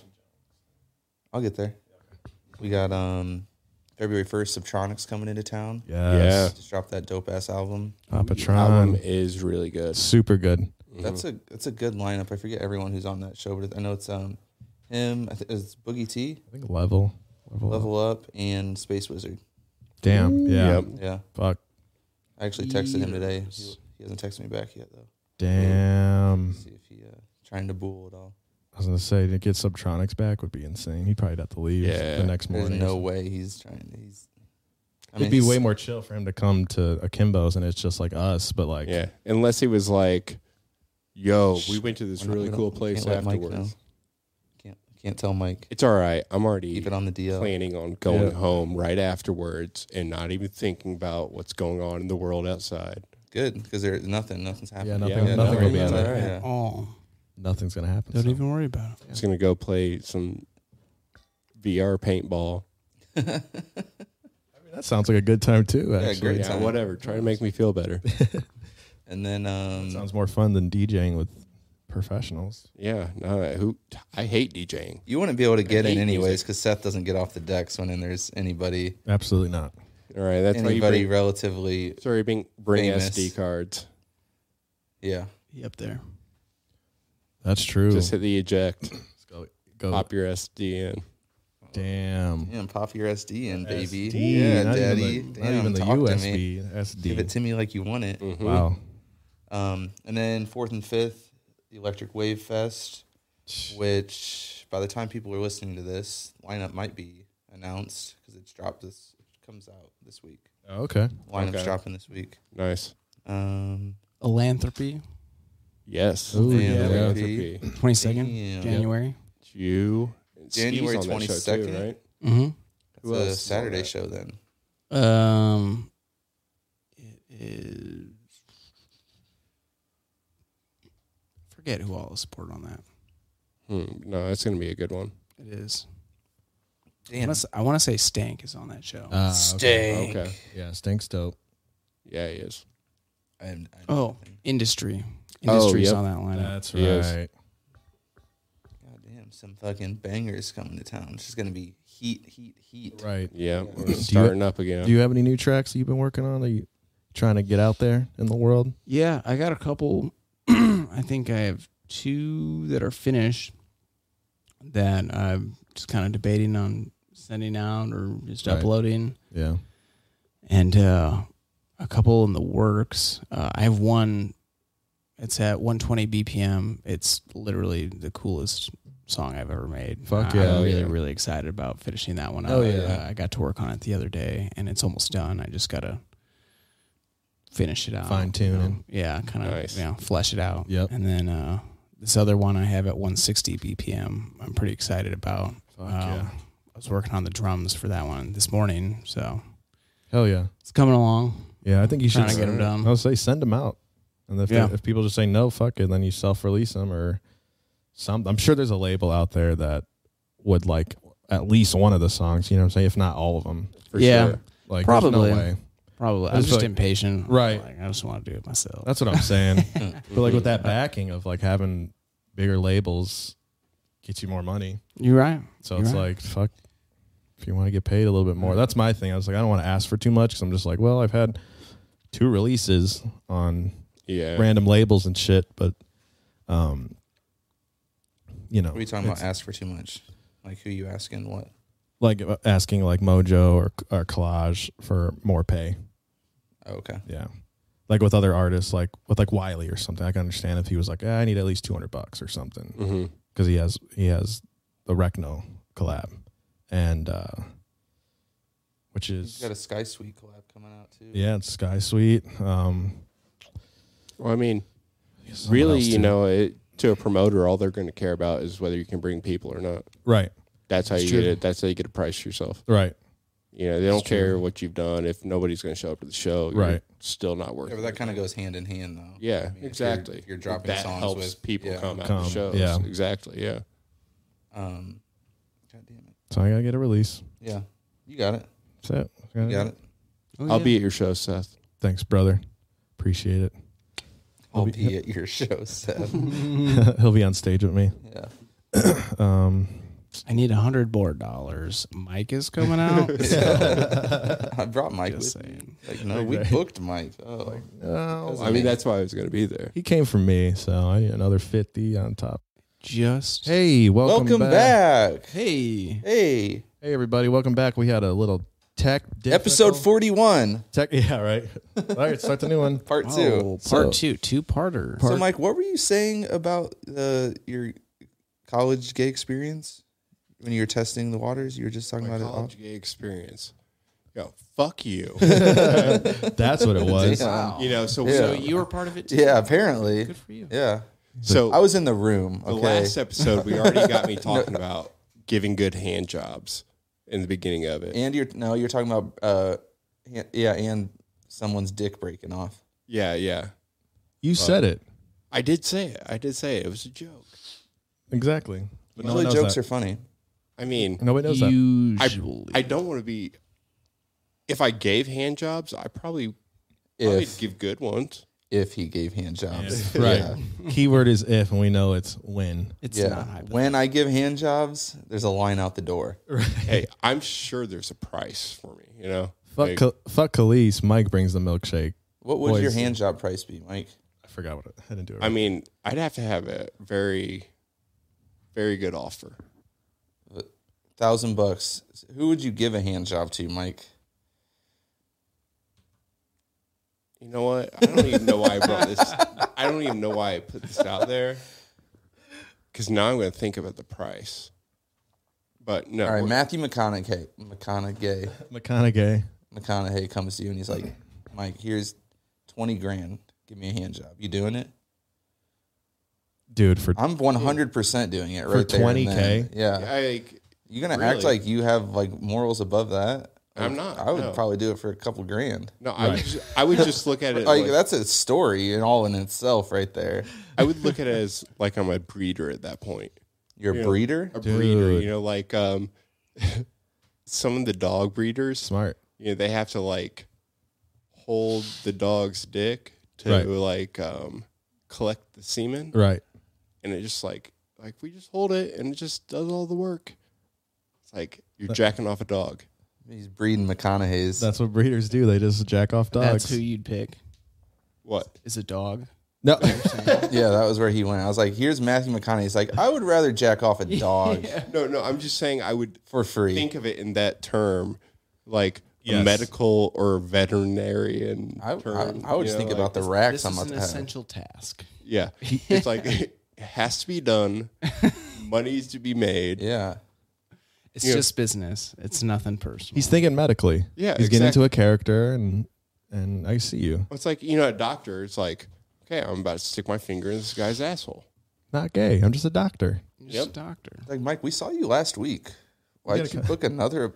Speaker 3: I'll get there. We got um February first, Subtronics coming into town.
Speaker 1: Yes.
Speaker 3: Just drop that dope ass album.
Speaker 1: Yeah.
Speaker 4: Album
Speaker 1: Papatron.
Speaker 4: is really good.
Speaker 1: Super good.
Speaker 3: That's a that's a good lineup. I forget everyone who's on that show, but I know it's um him. I think it's Boogie T,
Speaker 1: I think level. Level. up.
Speaker 3: Level Up, and Space Wizard.
Speaker 1: Damn. Yeah.
Speaker 4: Yep.
Speaker 3: Yeah,
Speaker 1: Fuck.
Speaker 3: I actually texted him today. He, he hasn't texted me back yet though.
Speaker 1: Damn.
Speaker 3: See if he uh, trying to bull at all.
Speaker 1: I was gonna say to get Subtronics back would be insane. He'd probably have to leave
Speaker 4: Yeah.
Speaker 1: the next
Speaker 3: There's
Speaker 1: morning.
Speaker 3: no way he's trying. To, he's. I
Speaker 1: Hmm. It'd be
Speaker 3: he's-
Speaker 1: way more chill for him to come to Akimbo's and it's just like us, but like
Speaker 4: Yeah. Unless he was like, yo, we went to this
Speaker 3: we're not-
Speaker 4: really
Speaker 3: we don't-
Speaker 4: cool
Speaker 3: we
Speaker 4: place
Speaker 3: can't let Mike know.
Speaker 4: afterwards.
Speaker 3: Can't can't tell Mike.
Speaker 4: It's all right. I'm already
Speaker 3: Keep it on the DL.
Speaker 4: planning on going home right afterwards and not even thinking about what's going on in the world outside.
Speaker 3: Good because there's nothing. Nothing's happening.
Speaker 1: nothing-
Speaker 4: nothing will
Speaker 1: be
Speaker 3: it's
Speaker 1: on
Speaker 3: all
Speaker 1: it.
Speaker 3: right,
Speaker 2: At
Speaker 3: yeah.
Speaker 2: all.
Speaker 1: nothing's gonna happen.
Speaker 2: Don't
Speaker 1: so.
Speaker 2: even worry about it.
Speaker 4: Just gonna go play some VR paintball.
Speaker 1: That sounds like a good time too, actually.
Speaker 3: great.
Speaker 4: Yeah,
Speaker 3: time.
Speaker 4: whatever. Try to make me
Speaker 3: <laughs>
Speaker 4: feel better.
Speaker 3: And then um,
Speaker 1: Sounds more fun than DJing with professionals.
Speaker 4: yeah. No, who I hate DJing.
Speaker 3: you wouldn't be able to get
Speaker 4: hate
Speaker 3: in anyways because Seth doesn't get off the decks when in there's anybody
Speaker 1: Absolutely not.
Speaker 4: All right, that's why you
Speaker 3: anybody
Speaker 4: bring,
Speaker 3: relatively.
Speaker 4: sorry, bring, bring
Speaker 3: Famous.
Speaker 4: SD cards.
Speaker 3: Yeah,
Speaker 2: He up there.
Speaker 1: That's true.
Speaker 4: Just hit the eject.
Speaker 3: Oh.
Speaker 1: go, go.
Speaker 4: Pop your SD in.
Speaker 1: Damn.
Speaker 3: yeah. and Pop your SD in, baby.
Speaker 1: SD,
Speaker 3: yeah,
Speaker 1: not
Speaker 3: daddy.
Speaker 1: Even the,
Speaker 3: Damn,
Speaker 1: not even the
Speaker 3: talk to me.
Speaker 1: USB
Speaker 3: Give it
Speaker 1: SD.
Speaker 3: to me like you want it.
Speaker 1: Wow.
Speaker 3: Um, and then fourth and fifth, the Electric Wave Fest, which by the time people are listening to this, lineup might be announced because it's dropped this. It comes out this week.
Speaker 1: Oh, okay.
Speaker 3: Lineup's
Speaker 4: Okay.
Speaker 3: dropping this week.
Speaker 4: Nice.
Speaker 3: Um,
Speaker 2: Alanthropy,
Speaker 4: Yes.
Speaker 1: Ooh,
Speaker 3: and
Speaker 1: yeah.
Speaker 3: there'll
Speaker 4: That's
Speaker 3: be-
Speaker 4: okay.
Speaker 2: 22nd,
Speaker 3: Damn.
Speaker 2: January.
Speaker 4: You. and Steve's
Speaker 3: January
Speaker 4: on that show too,
Speaker 3: 22nd?
Speaker 4: right?
Speaker 2: hmm
Speaker 4: Who
Speaker 3: It's
Speaker 4: else
Speaker 3: a
Speaker 4: is on
Speaker 3: Saturday
Speaker 4: that?
Speaker 3: show then.
Speaker 2: Um, it is. Forget who all is supported on that.
Speaker 4: Hmm, no, that's gonna be a good one.
Speaker 2: It is. I
Speaker 3: Damn.
Speaker 2: wanna s- I want to say Stank is on that show.
Speaker 1: Uh,
Speaker 3: Stank.
Speaker 4: Ah, Okay.
Speaker 1: Yeah, stinks dope.
Speaker 4: Yeah, he is.
Speaker 3: I'm- I'm-
Speaker 2: oh, Industry.
Speaker 4: Oh,
Speaker 2: Industry's
Speaker 4: yep.
Speaker 2: on that lineup.
Speaker 1: That's right.
Speaker 4: Yes.
Speaker 3: God damn, some fucking bangers coming to town. It's just gonna be heat, heat, heat.
Speaker 1: Right.
Speaker 4: Yeah, we're starting up again.
Speaker 1: Do you have any new tracks that you've been working on? Are you trying to get out there in the world?
Speaker 2: Yeah, I got a couple. <clears throat> I think I have two that are finished that I'm just kind of debating on sending out or just
Speaker 1: Right.
Speaker 2: uploading,
Speaker 1: Yeah.
Speaker 2: and uh, a couple in the works. Uh, I have one. It's at 120 BPM. It's literally the coolest song I've ever made.
Speaker 1: Fuck
Speaker 2: I-
Speaker 1: yeah.
Speaker 2: I'm really,
Speaker 4: Yeah.
Speaker 2: really excited about finishing that one.
Speaker 1: Oh,
Speaker 2: up.
Speaker 1: yeah.
Speaker 2: Uh, I got to work on it the other day, and it's almost done. I just gotta finish it out,
Speaker 1: Fine-tune
Speaker 2: you know?
Speaker 1: it.
Speaker 2: yeah, kind of
Speaker 4: Nice.
Speaker 2: you know flesh it out.
Speaker 1: Yep.
Speaker 2: And then uh, this other one I have at 160 BPM. I'm pretty excited about. Um,
Speaker 1: yeah.
Speaker 2: I was working on the drums for that one this morning, so
Speaker 1: Hell yeah.
Speaker 2: it's coming along.
Speaker 1: Yeah, I think you should
Speaker 2: Trying to get 'em done.
Speaker 1: I'll say send them out, and if they-
Speaker 2: Yeah.
Speaker 1: if people just say no, fuck it, then you self release them or some. I'm sure there's a label out there that would like at least one of the songs. You know what I'm saying? If not all of them,
Speaker 4: For
Speaker 2: yeah,
Speaker 4: sure.
Speaker 1: like there's no
Speaker 2: Probably.
Speaker 1: way.
Speaker 2: probably.
Speaker 1: I
Speaker 2: I'm
Speaker 1: just
Speaker 2: just
Speaker 1: feel like-
Speaker 2: impatient,
Speaker 1: Right.
Speaker 2: Like, I just want to do it myself.
Speaker 1: That's what I'm
Speaker 2: <laughs>
Speaker 1: saying. but like with that backing of like having bigger labels, gets you more money.
Speaker 2: You're right.
Speaker 1: So
Speaker 2: You're
Speaker 1: it's
Speaker 2: right.
Speaker 1: like fuck. If you want to get paid a little bit more, that's my thing. I was like, I don't want to ask for too much because I'm just like, well, I've had two releases on
Speaker 4: Yeah.
Speaker 1: random labels and shit, but um, you know,
Speaker 3: What are you talking about?
Speaker 1: it's
Speaker 3: Ask for too much. Like who you asking? What?
Speaker 1: Like uh, asking like Mojo or or Collage for more pay.
Speaker 3: Oh, okay.
Speaker 1: Yeah, like with other artists, like with like Wiley or something. I can understand if he was like, "Eh, I need at least two hundred bucks or something
Speaker 3: Mm.
Speaker 4: hmm
Speaker 1: because he has he has the Recno collab and uh which
Speaker 3: He's
Speaker 1: is
Speaker 3: got a Sky Suite collab coming out too.
Speaker 1: yeah, it's Sky Suite. Um,
Speaker 4: Well, I mean,
Speaker 1: someone
Speaker 4: really,
Speaker 1: else
Speaker 4: you
Speaker 1: too.
Speaker 4: know, it, to a promoter, all they're going to care about is whether you can bring people or not.
Speaker 1: right,
Speaker 4: That's how
Speaker 1: It's
Speaker 4: you
Speaker 1: true.
Speaker 4: get it. That's how you get a price yourself.
Speaker 1: right,
Speaker 4: You know, they don't care what you've done. If nobody's going to show up to the show, you're
Speaker 1: Right.
Speaker 4: Still not
Speaker 3: Yeah,
Speaker 4: working.
Speaker 3: but that kind of goes hand in hand though. I
Speaker 4: yeah,
Speaker 3: mean, if you're-
Speaker 4: exactly.
Speaker 3: If you're, dropping
Speaker 4: that
Speaker 3: songs
Speaker 4: helps
Speaker 3: with
Speaker 4: people
Speaker 3: yeah,
Speaker 4: come out
Speaker 1: Come,
Speaker 4: to shows.
Speaker 1: yeah.
Speaker 4: exactly. Yeah,
Speaker 3: Um, God damn it.
Speaker 1: so I gotta get a release.
Speaker 3: Yeah, you got it.
Speaker 1: That's it.
Speaker 3: You got it.
Speaker 2: Oh,
Speaker 4: I'll be at your show, Seth.
Speaker 1: Thanks, brother. Appreciate it.
Speaker 3: I'll be <laughs>
Speaker 4: <laughs>
Speaker 3: at your show, Seth.
Speaker 1: He'll be on stage with me.
Speaker 3: yeah.
Speaker 1: Um,
Speaker 2: I need a hundred more dollars. Mike
Speaker 4: <laughs>
Speaker 2: is coming out. <laughs>
Speaker 3: I brought Mike
Speaker 2: Just
Speaker 3: with me.
Speaker 2: saying.
Speaker 3: Like, no, we booked Mike. Oh,
Speaker 1: No,
Speaker 4: I mean, that's why I was going to be there.
Speaker 1: he came from me, so I need another fifty on top.
Speaker 2: Just
Speaker 1: Hey, welcome,
Speaker 3: welcome back.
Speaker 2: hey,
Speaker 3: Hey,
Speaker 1: Hey, everybody, welcome back. We had a little tech dip-
Speaker 3: episode 41,
Speaker 1: Tech, <laughs> yeah, right. All right, start the new one.
Speaker 3: part two.
Speaker 2: oh, part two, two parter.
Speaker 3: so, Mike, what were you saying about uh, your college gay experience when you were testing the waters? You were just talking
Speaker 4: My
Speaker 3: about
Speaker 4: college
Speaker 3: it.
Speaker 4: gay experience. Yo, fuck you.
Speaker 1: That's <laughs> what it was.
Speaker 3: Damn.
Speaker 4: you know, so
Speaker 2: So
Speaker 4: we,
Speaker 2: you were part of it. Too?
Speaker 3: Yeah, apparently.
Speaker 2: Good for you.
Speaker 3: Yeah,
Speaker 4: so
Speaker 3: I was in the room.
Speaker 4: the
Speaker 3: Okay,
Speaker 4: last episode we already <laughs> got me talking about giving good hand jobs in the beginning of it.
Speaker 3: and you're no, you're talking about uh, hand- yeah, and someone's dick breaking off.
Speaker 4: yeah, yeah.
Speaker 1: You said it
Speaker 4: I did say it. I did say it. It was a joke.
Speaker 1: exactly. But no one
Speaker 3: Usually,
Speaker 1: knows
Speaker 3: jokes
Speaker 1: that.
Speaker 3: are funny.
Speaker 4: I mean,
Speaker 1: Nobody knows that.
Speaker 2: Usually,
Speaker 4: I don't want to be. If I gave hand jobs, I probably would
Speaker 3: If
Speaker 4: give good ones.
Speaker 3: if he gave hand jobs,
Speaker 1: Right.
Speaker 3: Yeah.
Speaker 1: Keyword is if, and we know it's when.
Speaker 2: it's
Speaker 3: Yeah.
Speaker 2: not hypothetical.
Speaker 3: when I give hand jobs, there's a line out the door.
Speaker 4: Hey, I'm sure there's a price for me. You know,
Speaker 1: Fuck,
Speaker 4: Like,
Speaker 1: Ka- fuck Khalees. Mike brings the milkshake.
Speaker 3: What would your
Speaker 1: Boys.
Speaker 3: hand job price be, Mike?
Speaker 1: I forgot what it, I didn't do it.
Speaker 4: I
Speaker 1: right.
Speaker 4: mean, I'd have to have a very, very good offer.
Speaker 3: Thousand bucks. Who would you give a hand job to, Mike?
Speaker 4: You know what? I don't even know why I brought this. I don't even know why I put this out there. Because now I'm going to think about the price. But no,
Speaker 3: All right,
Speaker 4: we're-
Speaker 3: Matthew McConaughey. McConaughey.
Speaker 1: McConaughey.
Speaker 3: McConaughey comes to you and he's like, Mike, here's twenty grand. Give me a hand job. You doing it?
Speaker 1: Dude, for
Speaker 3: I'm 100 percent doing it right there. and
Speaker 1: 20K?
Speaker 3: then. Yeah.
Speaker 4: I,
Speaker 3: You're gonna act
Speaker 4: Really?
Speaker 3: like you have like morals above that.
Speaker 4: I'm
Speaker 3: Like,
Speaker 4: not,
Speaker 3: I would
Speaker 4: no.
Speaker 3: probably do it for a couple grand.
Speaker 4: no, I would, just, I would
Speaker 3: <laughs>
Speaker 4: just look at it.
Speaker 3: Like
Speaker 4: like-
Speaker 3: that's a story and all in itself, right there.
Speaker 4: I would look at it as like I'm a breeder at that point.
Speaker 3: You're a
Speaker 4: Yeah.
Speaker 3: breeder.
Speaker 4: A breeder,
Speaker 1: Dude.
Speaker 4: you know, like um, <laughs> some of the dog breeders,
Speaker 1: smart.
Speaker 4: you know, they have to like hold the dog's dick to
Speaker 1: Right.
Speaker 4: like um, collect the semen,
Speaker 1: Right.
Speaker 4: and it just like like we just hold it and it just does all the work. It's like you're jacking off a dog.
Speaker 3: He's breeding McConaughey's.
Speaker 1: That's what breeders do. They just jack off dogs.
Speaker 2: that's who you'd pick.
Speaker 4: What?
Speaker 2: Is a dog.
Speaker 1: no. <laughs>
Speaker 3: yeah, that was where he went. I was like, here's Matthew McConaughey. He's like, I would rather jack off a
Speaker 1: <laughs>
Speaker 3: dog
Speaker 4: No, no. I'm just saying I would
Speaker 3: for free.
Speaker 4: think of it in that term, like. A
Speaker 1: Yes.
Speaker 4: medical or veterinarian.
Speaker 3: I, I,
Speaker 4: term,
Speaker 3: I would
Speaker 4: you
Speaker 3: just
Speaker 4: know,
Speaker 3: think
Speaker 4: like-
Speaker 3: about the racks
Speaker 2: This
Speaker 3: I'm
Speaker 2: is
Speaker 3: about
Speaker 2: an
Speaker 3: to have.
Speaker 2: essential task.
Speaker 1: <laughs>
Speaker 4: Yeah. It's like <laughs> it has to be done. Money's to be made.
Speaker 3: yeah,
Speaker 2: It's
Speaker 4: Yeah.
Speaker 2: just business. It's nothing personal.
Speaker 1: He's thinking medically.
Speaker 4: Yeah,
Speaker 1: He's getting
Speaker 4: exact-
Speaker 1: into a character, and and I see you.
Speaker 4: It's like, you know, a doctor, it's like, okay, I'm about to stick my finger in this guy's asshole.
Speaker 1: Not gay. I'm just a doctor.
Speaker 2: He's
Speaker 4: Yep.
Speaker 2: just a doctor.
Speaker 3: like Mike, we saw you last week. Why'd you book
Speaker 1: <laughs>
Speaker 3: another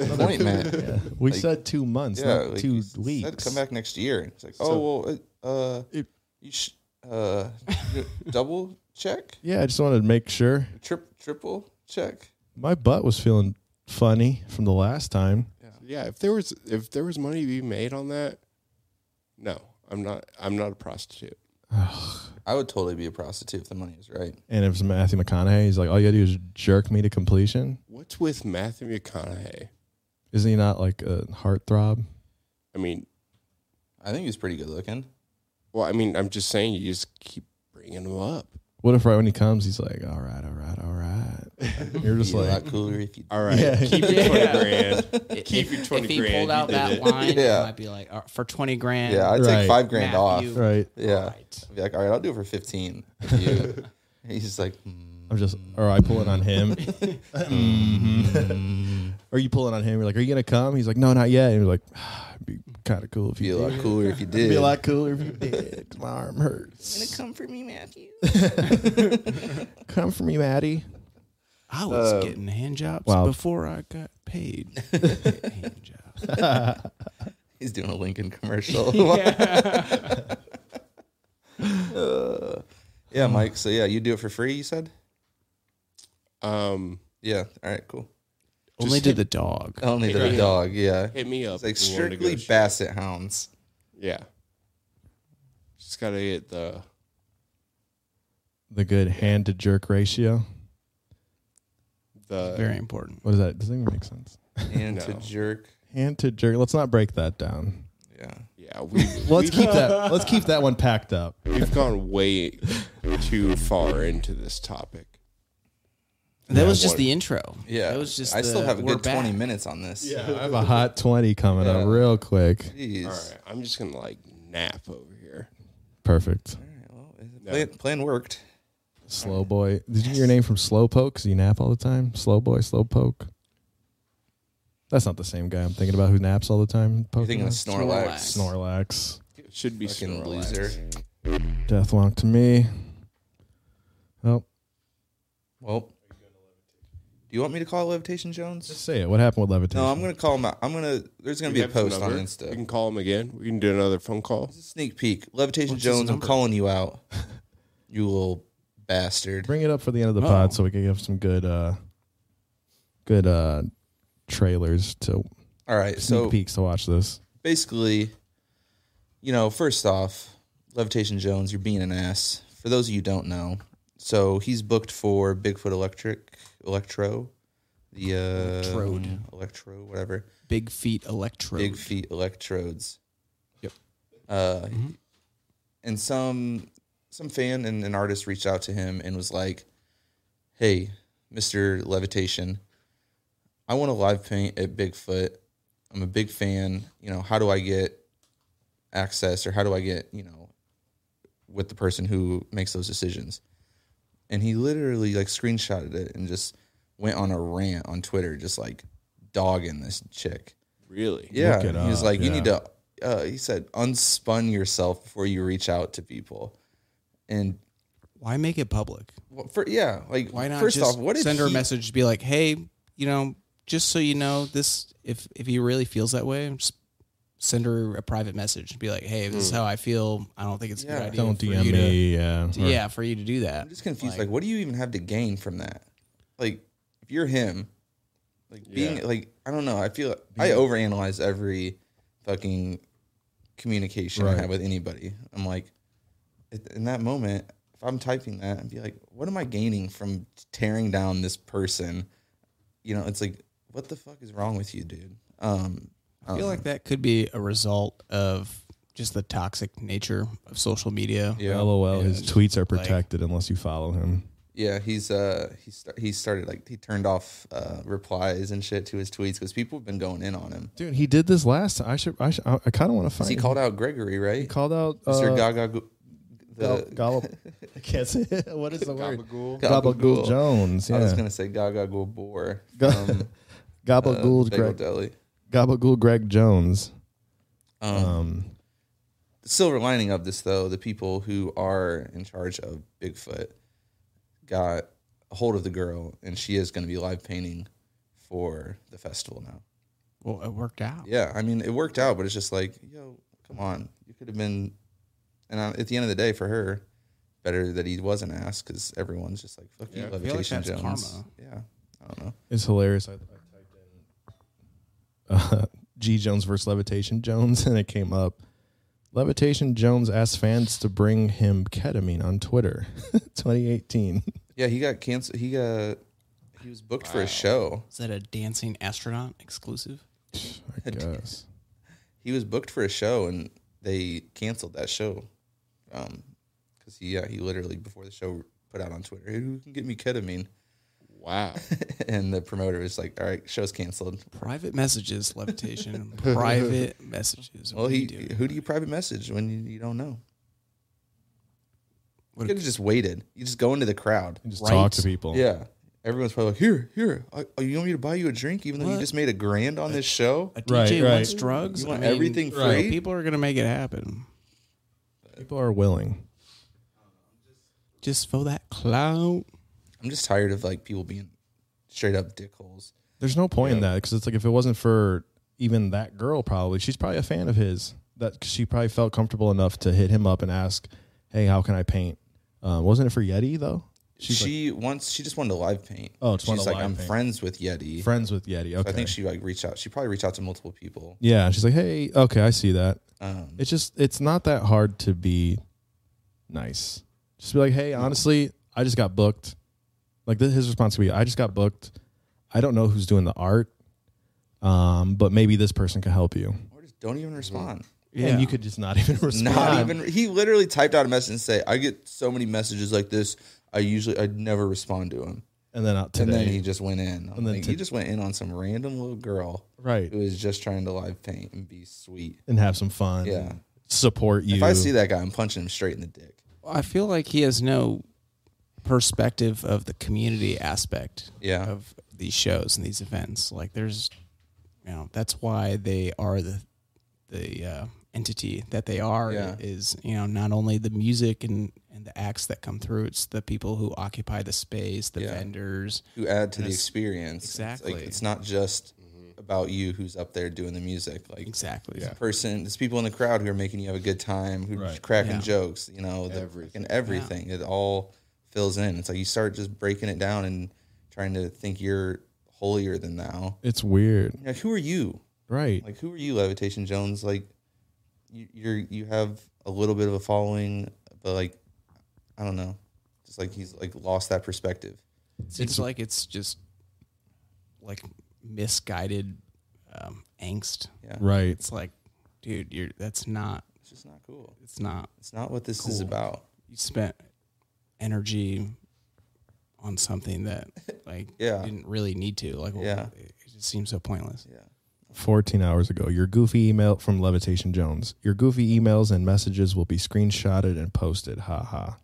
Speaker 3: appointment?
Speaker 1: Yeah. <laughs> We said two months,
Speaker 3: Yeah,
Speaker 1: not
Speaker 3: like
Speaker 1: two
Speaker 3: you
Speaker 1: weeks.
Speaker 3: Said come back next year. It's like, oh well, uh, uh,
Speaker 1: It-
Speaker 3: you sh- uh,
Speaker 1: <laughs>
Speaker 3: you double check,
Speaker 1: Yeah, I just wanted to make sure
Speaker 3: trip, triple check.
Speaker 1: my butt was feeling funny from the last time.
Speaker 4: Yeah, if there was if there was money to be made on that, no. I'm not I'm not a prostitute.
Speaker 3: I would totally be a prostitute if the money was right.
Speaker 1: And it was Matthew McConaughey. He's like, all you gotta do is jerk me to completion.
Speaker 4: What's with Matthew McConaughey?
Speaker 1: Isn't he not like a heartthrob?
Speaker 4: I mean,
Speaker 3: I think he's pretty good looking.
Speaker 4: well, I mean, I'm just saying you just keep bringing him up.
Speaker 1: What if right when he comes, he's like, all right, all right,
Speaker 3: <laughs>
Speaker 1: all right. You're just
Speaker 3: Be a lot
Speaker 1: like,
Speaker 3: cooler if you.
Speaker 1: <laughs>
Speaker 4: All right. Keep your 20 grand. Keep your 20
Speaker 2: if he
Speaker 4: grand.
Speaker 2: pulled
Speaker 4: You
Speaker 2: out
Speaker 4: did
Speaker 2: that
Speaker 4: it.
Speaker 2: line,
Speaker 3: Yeah.
Speaker 2: it might be like "Uh, for twenty grand.
Speaker 3: Yeah, I'd
Speaker 1: Right.
Speaker 3: take five grand
Speaker 2: Matthew.
Speaker 3: off.
Speaker 1: right.
Speaker 3: Yeah,
Speaker 2: Right.
Speaker 3: I'd be like, all right, I'll do it for fifteen. if
Speaker 1: <laughs>
Speaker 3: you- he's just like, mm,
Speaker 1: I'm just, or I pull it on <laughs> him. <laughs> or you pull it on him. You're like, are you gonna come? He's like, no, not yet. And you're like, "Ah, it'd be kind of cool if
Speaker 3: be
Speaker 1: you
Speaker 3: a
Speaker 1: did.
Speaker 3: lot cooler if you did.
Speaker 1: Be a lot cooler if you did. 'cause My arm hurts.
Speaker 3: come for me, Matthew.
Speaker 1: Come for me, Maddie.
Speaker 2: I was
Speaker 3: Um,
Speaker 2: getting hand jobs
Speaker 1: wow.
Speaker 2: before I got
Speaker 3: <laughs>
Speaker 2: paid. hand jobs.
Speaker 3: <laughs> He's doing a Lincoln <laughs> commercial. Uh, yeah, Mike. So yeah, you do it for free. You said.
Speaker 4: Um,
Speaker 3: Yeah. All right. Cool.
Speaker 2: Only to the dog.
Speaker 3: Only the dog. Yeah.
Speaker 4: hit me up.
Speaker 3: It's like
Speaker 4: if you wanna
Speaker 3: strictly
Speaker 4: negotiate.
Speaker 3: basset hounds.
Speaker 4: Yeah. Just gotta get the
Speaker 1: The good hand to jerk ratio.
Speaker 3: Uh,
Speaker 4: the
Speaker 2: Very important.
Speaker 1: What is that? Doesn't even make sense.
Speaker 3: and to
Speaker 4: No.
Speaker 3: jerk.
Speaker 1: Hand to jerk. Let's not break that down.
Speaker 3: Yeah.
Speaker 4: yeah. We,
Speaker 1: Let's keep that. Let's keep that one packed <laughs> up.
Speaker 4: we've gone way too far into this topic.
Speaker 2: That was
Speaker 4: what-
Speaker 2: just the intro.
Speaker 3: Yeah.
Speaker 2: That was just.
Speaker 3: I still
Speaker 2: the,
Speaker 3: have a
Speaker 2: we're
Speaker 3: good 20
Speaker 2: back.
Speaker 3: minutes on this.
Speaker 1: I have a hot twenty coming
Speaker 3: Yeah.
Speaker 1: up real quick.
Speaker 3: Jeez.
Speaker 4: All right, I'm just gonna like nap over here.
Speaker 1: Perfect.
Speaker 3: Well, plan, plan worked.
Speaker 1: Slow boy. Did you get your name from Slowpoke? Cause you nap all the time. Slow boy, Slowpoke. That's not the same guy I'm thinking about who naps all the time.
Speaker 3: You're thinking of
Speaker 1: Pokemon.
Speaker 3: Snorlax.
Speaker 1: Snorlax.
Speaker 4: Should be
Speaker 3: Fucking
Speaker 4: Snorlax.
Speaker 3: loser.
Speaker 1: Death walk to me. Oh,
Speaker 3: Well, do you want me to call Levitation Jones?
Speaker 1: just say it. What happened with levitation?
Speaker 3: No, I'm gonna call him. out. I'm gonna. There's gonna be
Speaker 4: We
Speaker 3: a
Speaker 4: have his
Speaker 3: post on
Speaker 4: number. We
Speaker 3: Insta.
Speaker 4: can call him again. We can do another phone call.
Speaker 3: Sneak peek. Levitation
Speaker 2: What's his
Speaker 3: Jones. I'm
Speaker 2: number?
Speaker 3: calling you out. You little bastard.
Speaker 1: Bring it up for the end of the
Speaker 2: Oh.
Speaker 1: pod so we can give some good, uh good uh trailers to
Speaker 3: All right.
Speaker 1: sneak
Speaker 3: So
Speaker 1: peeks to watch this.
Speaker 3: basically, you know, first off, Levitation Jones, you're being an ass. For those of you who don't know, so he's booked for Bigfoot Electric, Electro, the uh,
Speaker 2: Electrode.
Speaker 3: Electro, whatever,
Speaker 2: Big feet electro.
Speaker 3: Big Feet Electrodes.
Speaker 2: Yep.
Speaker 3: Uh, And some some fan and an artist reached out to him and was like, "Hey, Mister Levitation, I want to live paint at Bigfoot. I'm a big fan. You know, how do I get access or how do I get, you know, with the person who makes those decisions? And he literally like screenshotted it and just went on a rant on Twitter, just like dogging this chick.
Speaker 4: Really?
Speaker 3: Yeah.
Speaker 1: Look it
Speaker 3: he was
Speaker 1: up,
Speaker 3: like, you
Speaker 1: yeah.
Speaker 3: need to, uh, he said, unspun yourself before you reach out to people. And
Speaker 2: Why make it public?
Speaker 3: well, for, yeah, like,
Speaker 2: Why not
Speaker 3: first
Speaker 2: just
Speaker 3: off, what did
Speaker 2: send her a
Speaker 3: he-
Speaker 2: message to be like, hey, you know, just so you know, this if if he really feels that way, just send her a private message and be like, hey, this is how I feel. I don't think it's a
Speaker 3: Hmm. Yeah.
Speaker 2: good idea.
Speaker 1: Don't
Speaker 2: for
Speaker 1: DM
Speaker 2: you to-
Speaker 1: me. Yeah.
Speaker 2: to- yeah, for you to do that.
Speaker 3: I'm just confused. Like, what do you even have to gain from that? Like, if you're him, like being
Speaker 4: Yeah.
Speaker 3: like, I don't know. I feel I overanalyze every fucking communication I
Speaker 1: Right.
Speaker 3: have with anybody. I'm like, at- in that moment, if I'm typing that, I'd be like, what am I gaining from tearing down this person? You know, it's like, what the fuck is wrong with you, dude? Um,
Speaker 2: I feel like that could be a result of just the toxic nature of social media.
Speaker 1: LOL. His tweets are
Speaker 2: Like-
Speaker 1: protected unless you follow him.
Speaker 3: Yeah, he's uh he sta- he started like he turned off uh replies and shit to his tweets because people have been going in on him.
Speaker 1: Dude, he did this last. time. I should. I should, I, I kind of want to find.
Speaker 3: He
Speaker 1: him.
Speaker 3: called out Gregory, right?
Speaker 1: He called out. Uh,
Speaker 3: Mr. Gaga, Gu-
Speaker 1: Gal-
Speaker 3: the
Speaker 1: Gal- <laughs> I can't say it. What is the word?
Speaker 4: Gabagool.
Speaker 1: Gabagool Jones.
Speaker 3: I was
Speaker 1: Yeah.
Speaker 3: gonna say Gaga Gabor
Speaker 1: Ga- <laughs>
Speaker 3: from uh, Bagel
Speaker 1: Gabagool Greg.
Speaker 3: Deli.
Speaker 1: Gabagool Greg Jones.
Speaker 3: Um,
Speaker 1: Um.
Speaker 3: the silver lining of this though, the people who are in charge of Bigfoot got a hold of the girl, and she is going to be live painting for the festival now.
Speaker 2: Well, it worked out.
Speaker 3: Yeah, I mean it worked out, but it's just like, yo, come on, you could have been. And I, at the end of the day, for her, better that he wasn't asked because everyone's just like, fuck
Speaker 4: Yeah,
Speaker 3: you,
Speaker 4: I feel
Speaker 2: like
Speaker 3: Levitation
Speaker 2: that's
Speaker 3: Jones.
Speaker 2: karma.
Speaker 3: Yeah, I don't know.
Speaker 1: It's hilarious. I, I typed in uh, <laughs> G Jones versus Levitation Jones, <laughs> and it came up. Levitation Jones asked fans to bring him ketamine on Twitter, <laughs> 2018.
Speaker 3: Yeah, he got canceled. He got he was booked for a show.
Speaker 2: Is that a dancing astronaut exclusive?
Speaker 1: <laughs> I guess.
Speaker 3: He was booked for a show, and they canceled that show. Um, because he yeah he literally before the show put out on Twitter, "Hey, who can get me ketamine? <laughs>
Speaker 4: Wow.
Speaker 3: and the promoter was like, all right, show's canceled.
Speaker 2: Private messages, levitation. <laughs> private messages.
Speaker 3: Well,
Speaker 2: What are you
Speaker 3: he
Speaker 2: doing?
Speaker 3: who do you private message when you, you don't know? You
Speaker 2: What a-
Speaker 3: could have just waited. You just go into the crowd.
Speaker 1: Just
Speaker 2: Right.
Speaker 1: talk to people.
Speaker 3: Yeah. Everyone's probably like, here, here. I, oh, you want me to buy you a drink, even though you
Speaker 2: What?
Speaker 3: just made a grand on this show?
Speaker 2: A
Speaker 1: Right,
Speaker 2: DJ
Speaker 1: right.
Speaker 2: wants drugs.
Speaker 3: You want everything
Speaker 2: right,
Speaker 3: free?
Speaker 2: People are gonna make it happen.
Speaker 1: People are willing.
Speaker 2: Just for that clout.
Speaker 3: I'm just tired of like people being straight up dickholes.
Speaker 1: There's no point in that because it's like if it wasn't for even that girl, probably she's probably a fan of his. That 'cause she probably felt comfortable enough to hit him up and ask, "Hey, how can I paint?" Um, wasn't it for Yeti though? She's
Speaker 3: she wants. She just wanted to live paint.
Speaker 1: Oh, just
Speaker 3: she's
Speaker 1: wanted to
Speaker 3: like,
Speaker 1: live
Speaker 3: I'm
Speaker 1: paint.
Speaker 3: friends with Yeti.
Speaker 1: like, friends with Yeti. Okay,
Speaker 3: I think she like reached out. She probably reached out to multiple people.
Speaker 1: Yeah, she's like, "Hey, okay, I see that."
Speaker 3: Um,
Speaker 1: It's just it's not that hard to be nice. Just be like, "Hey, honestly, I just got booked." Like this, his response would be, "I just got booked. I don't know who's doing the art, um, but maybe this person could help you.
Speaker 3: Or just don't even respond.
Speaker 1: And you could just not <laughs> even respond.
Speaker 3: Not even. He literally typed out a message and say, "I get so many messages like this. I usually I never respond to him."
Speaker 1: And then out
Speaker 3: And
Speaker 1: today.
Speaker 3: then he just went in. I'm
Speaker 1: then
Speaker 3: like,
Speaker 1: to-
Speaker 3: you just went in on some random little girl
Speaker 1: right.
Speaker 3: who was just trying to live paint and be sweet.
Speaker 1: And have some fun.
Speaker 3: Yeah.
Speaker 1: Support you.
Speaker 3: If I see that guy, I'm punching him straight in the dick.
Speaker 2: I feel like he has no perspective of the community aspect
Speaker 3: Yeah.
Speaker 2: of these shows and these events. Like there's you know, that's why they are the the uh, entity that they are
Speaker 3: Yeah.
Speaker 2: is, you know, not only the music and, and the acts that come through, it's the people who occupy the space, the
Speaker 3: Yeah.
Speaker 2: vendors.
Speaker 3: Who add to the
Speaker 2: Yes.
Speaker 3: experience. It's like-
Speaker 2: Exactly.
Speaker 3: it's not just about you who's up there doing the music. Like
Speaker 2: Exactly.
Speaker 4: Yeah.
Speaker 3: person, there's people in the crowd who are making you have a good time, who's
Speaker 1: Right.
Speaker 3: cracking
Speaker 2: Yeah.
Speaker 3: jokes, you know, the,
Speaker 4: Everything.
Speaker 3: and everything. It all fills in. It's like you start just breaking it down and trying to think you're holier than thou.
Speaker 1: it's weird.
Speaker 3: Like, who are you?
Speaker 1: Right.
Speaker 3: Like, who are you, Levitation Jones? Like, you, you're you have a little bit of a following, but like, I don't know. Just like he's like lost that perspective.
Speaker 2: Seems like it's just like misguided um, angst.
Speaker 1: right.
Speaker 2: It's like, dude, you're that's not
Speaker 3: It's just not cool.
Speaker 2: it's not
Speaker 3: It's not what this is about.
Speaker 2: you spent energy on something that like
Speaker 3: <laughs> Yeah.
Speaker 2: didn't really need to like
Speaker 3: Yeah.
Speaker 2: it it just seems so pointless
Speaker 3: Yeah.
Speaker 1: 14 hours ago, your goofy email from Levitation Jones. Your goofy emails and messages will be screenshotted and posted. Ha ha.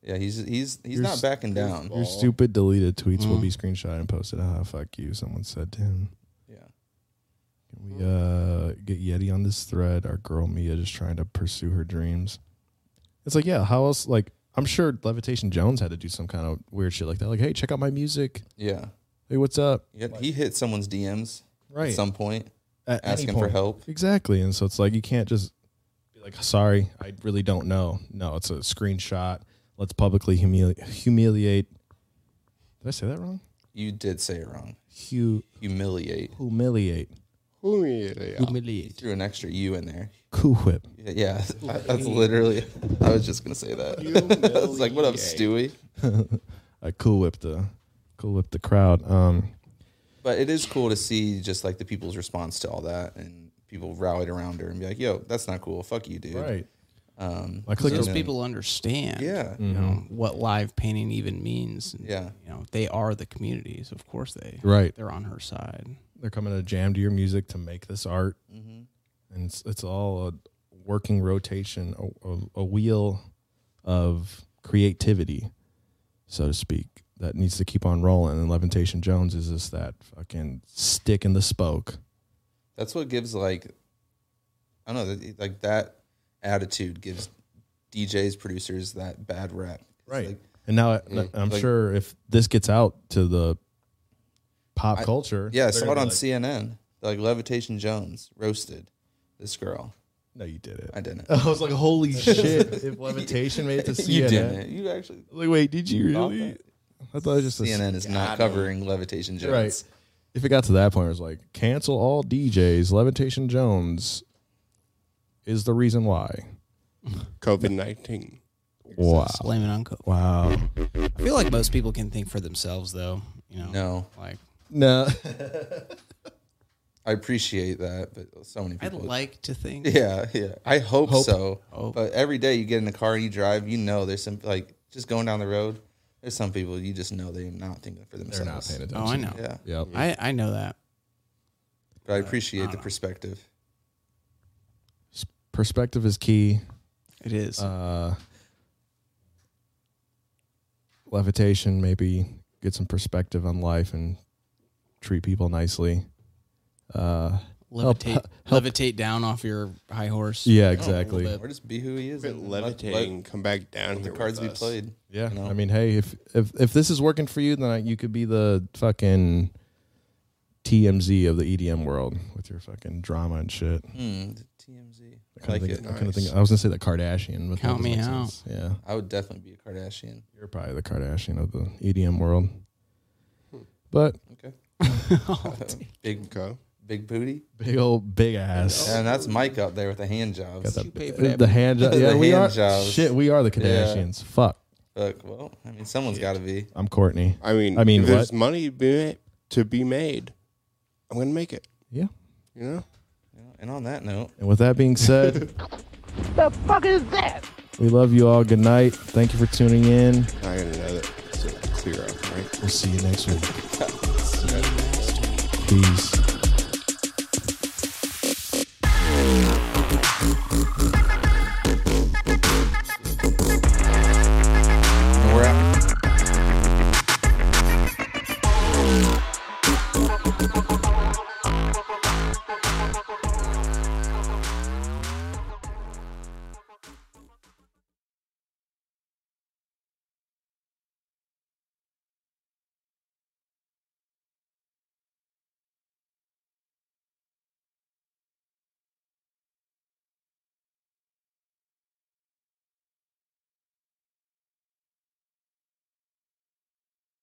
Speaker 3: Yeah, he's he's he's
Speaker 1: You're
Speaker 3: not
Speaker 1: s-
Speaker 3: backing down.
Speaker 1: Your stupid deleted tweets will
Speaker 3: Mm.
Speaker 1: be screenshotted and posted. Ah, fuck you. Someone said to him.
Speaker 3: Yeah.
Speaker 1: Can we uh, get Yeti on this thread? Our girl Mia just trying to pursue her dreams. It's like, yeah, how else? Like, I'm sure Levitation Jones had to do some kind of weird shit like that. Like, hey, check out my music.
Speaker 3: Yeah.
Speaker 1: Hey, what's up?
Speaker 3: He, he hit someone's DMs
Speaker 1: Right.
Speaker 3: at some point,
Speaker 1: At any
Speaker 3: asking for
Speaker 1: point.
Speaker 3: help.
Speaker 1: Exactly. And so it's like, you can't just be like, sorry, I really don't know. No, it's a screenshot. Let's publicly humili- humiliate. Did I say that wrong?
Speaker 3: You did say it wrong.
Speaker 1: Hu-
Speaker 3: Humiliate.
Speaker 1: humiliate.
Speaker 2: humiliate
Speaker 3: Threw an extra U in there.
Speaker 1: Cool whip.
Speaker 3: Yeah, Yeah, <laughs> I- that's literally. I was just gonna say that. <laughs> I was like, "What up, Stewie?"
Speaker 1: I cool whip the cool whip the crowd. Um,
Speaker 3: But it is cool to see just like the people's response to all that, and people rallied around her and be like, "Yo, that's not cool. Fuck you, dude."
Speaker 1: right.
Speaker 3: Um,
Speaker 1: I Mm-hmm. clicked
Speaker 2: those
Speaker 1: on-
Speaker 2: people understand
Speaker 3: Yeah.
Speaker 2: you know what live painting even means and,
Speaker 3: Yeah.
Speaker 2: you know they are the communities of course they
Speaker 1: Right.
Speaker 2: they're on her side
Speaker 1: They're coming to jam to your music to make this art. And it's, it's all a working rotation, a, a, a wheel of creativity, so to speak, that needs to keep on rolling. And Levitation Jones is just that fucking stick in the spoke.
Speaker 3: That's what gives like, I don't know, th- like that attitude gives DJs producers that bad rap. It's like,
Speaker 1: and now I, I'm
Speaker 3: like-
Speaker 1: sure if this gets out to the pop
Speaker 3: I-
Speaker 1: culture.
Speaker 3: yeah, I
Speaker 1: they're
Speaker 3: saw
Speaker 1: gonna
Speaker 3: it
Speaker 1: be
Speaker 3: on
Speaker 1: like,
Speaker 3: CNN. Like Levitation Jones roasted this girl.
Speaker 1: No, you did it.
Speaker 3: I didn't.
Speaker 1: <laughs> I was like, holy shit. if Levitation made it to CNN.
Speaker 3: <laughs> You didn't. You actually.
Speaker 1: Like, wait, did you really? I thought it was just a
Speaker 3: CNN is not covering Levitation Jones.
Speaker 1: Right. If it got to that point, it was like, cancel all DJs. Levitation Jones is the reason why.
Speaker 4: COVID 19.
Speaker 1: Wow.
Speaker 2: blame it on COVID.
Speaker 1: Wow.
Speaker 2: i feel like most people can think for themselves though you know
Speaker 3: No,
Speaker 2: like
Speaker 3: <laughs>
Speaker 1: No.
Speaker 3: I appreciate that, but so many
Speaker 2: i'd
Speaker 3: people.
Speaker 2: like to think
Speaker 3: <laughs> yeah, yeah. I hope, so.
Speaker 2: Hope.
Speaker 3: But every day you get in the car and you drive, you know there's some like just going down the road. There's some people you just know they're not thinking for
Speaker 1: They're not
Speaker 3: themselves.
Speaker 1: paying attention.
Speaker 2: <laughs> oh i know
Speaker 3: Yeah,
Speaker 1: Yep.
Speaker 2: I, I know that
Speaker 3: but
Speaker 4: Uh,
Speaker 3: I appreciate the perspective.
Speaker 1: Perspective is key.
Speaker 2: it is
Speaker 1: Uh, levitation, maybe get some perspective on life and treat people nicely. Uh, help-
Speaker 2: levitate levitate down off your high horse
Speaker 1: yeah,
Speaker 3: Oh,
Speaker 1: exactly.
Speaker 3: Or just be who he is.
Speaker 4: Quit
Speaker 3: and let- let
Speaker 4: levitating. Come back down
Speaker 3: the
Speaker 4: here.
Speaker 3: cards
Speaker 4: with
Speaker 3: be
Speaker 4: us.
Speaker 3: played.
Speaker 1: Yeah,
Speaker 3: you know?
Speaker 1: I mean, hey, if if if this is working for you, then I, you could be the fucking TMZ of the EDM world with your fucking drama and shit.
Speaker 3: Mm, TMZ.
Speaker 1: I
Speaker 3: I like
Speaker 1: think,
Speaker 3: it.
Speaker 1: I, kinda think- I was gonna say the Kardashian. But that
Speaker 2: Count
Speaker 1: doesn't
Speaker 2: me
Speaker 1: make sense. Yeah,
Speaker 3: I would definitely be a Kardashian.
Speaker 1: you're probably the Kardashian of the EDM world. But
Speaker 3: Okay. <laughs>
Speaker 2: Oh,
Speaker 3: big
Speaker 4: Okay.
Speaker 3: big booty.
Speaker 1: big old big ass.
Speaker 3: And that's Mike up there with the hand jobs.
Speaker 1: Got
Speaker 2: Oh, You pay for
Speaker 1: the,
Speaker 2: that. <laughs>
Speaker 1: the hand job. Yeah,
Speaker 3: The
Speaker 1: we
Speaker 3: hand
Speaker 1: are
Speaker 3: jobs.
Speaker 1: shit. We are the Kardashians. Fuck.
Speaker 3: Fuck. Well, I mean, someone's got to be.
Speaker 1: I'm Courtney.
Speaker 4: I mean,
Speaker 1: I mean,
Speaker 4: if there's
Speaker 1: what?
Speaker 4: money be ma- to be made, I'm gonna make it.
Speaker 1: Yeah.
Speaker 4: You know,
Speaker 3: You know? And on that note,
Speaker 1: And with that being said, the fuck is that? We love you all. Good night. Thank you for tuning in.
Speaker 4: I got another so clear up, right?
Speaker 1: We'll see you next week. Peace.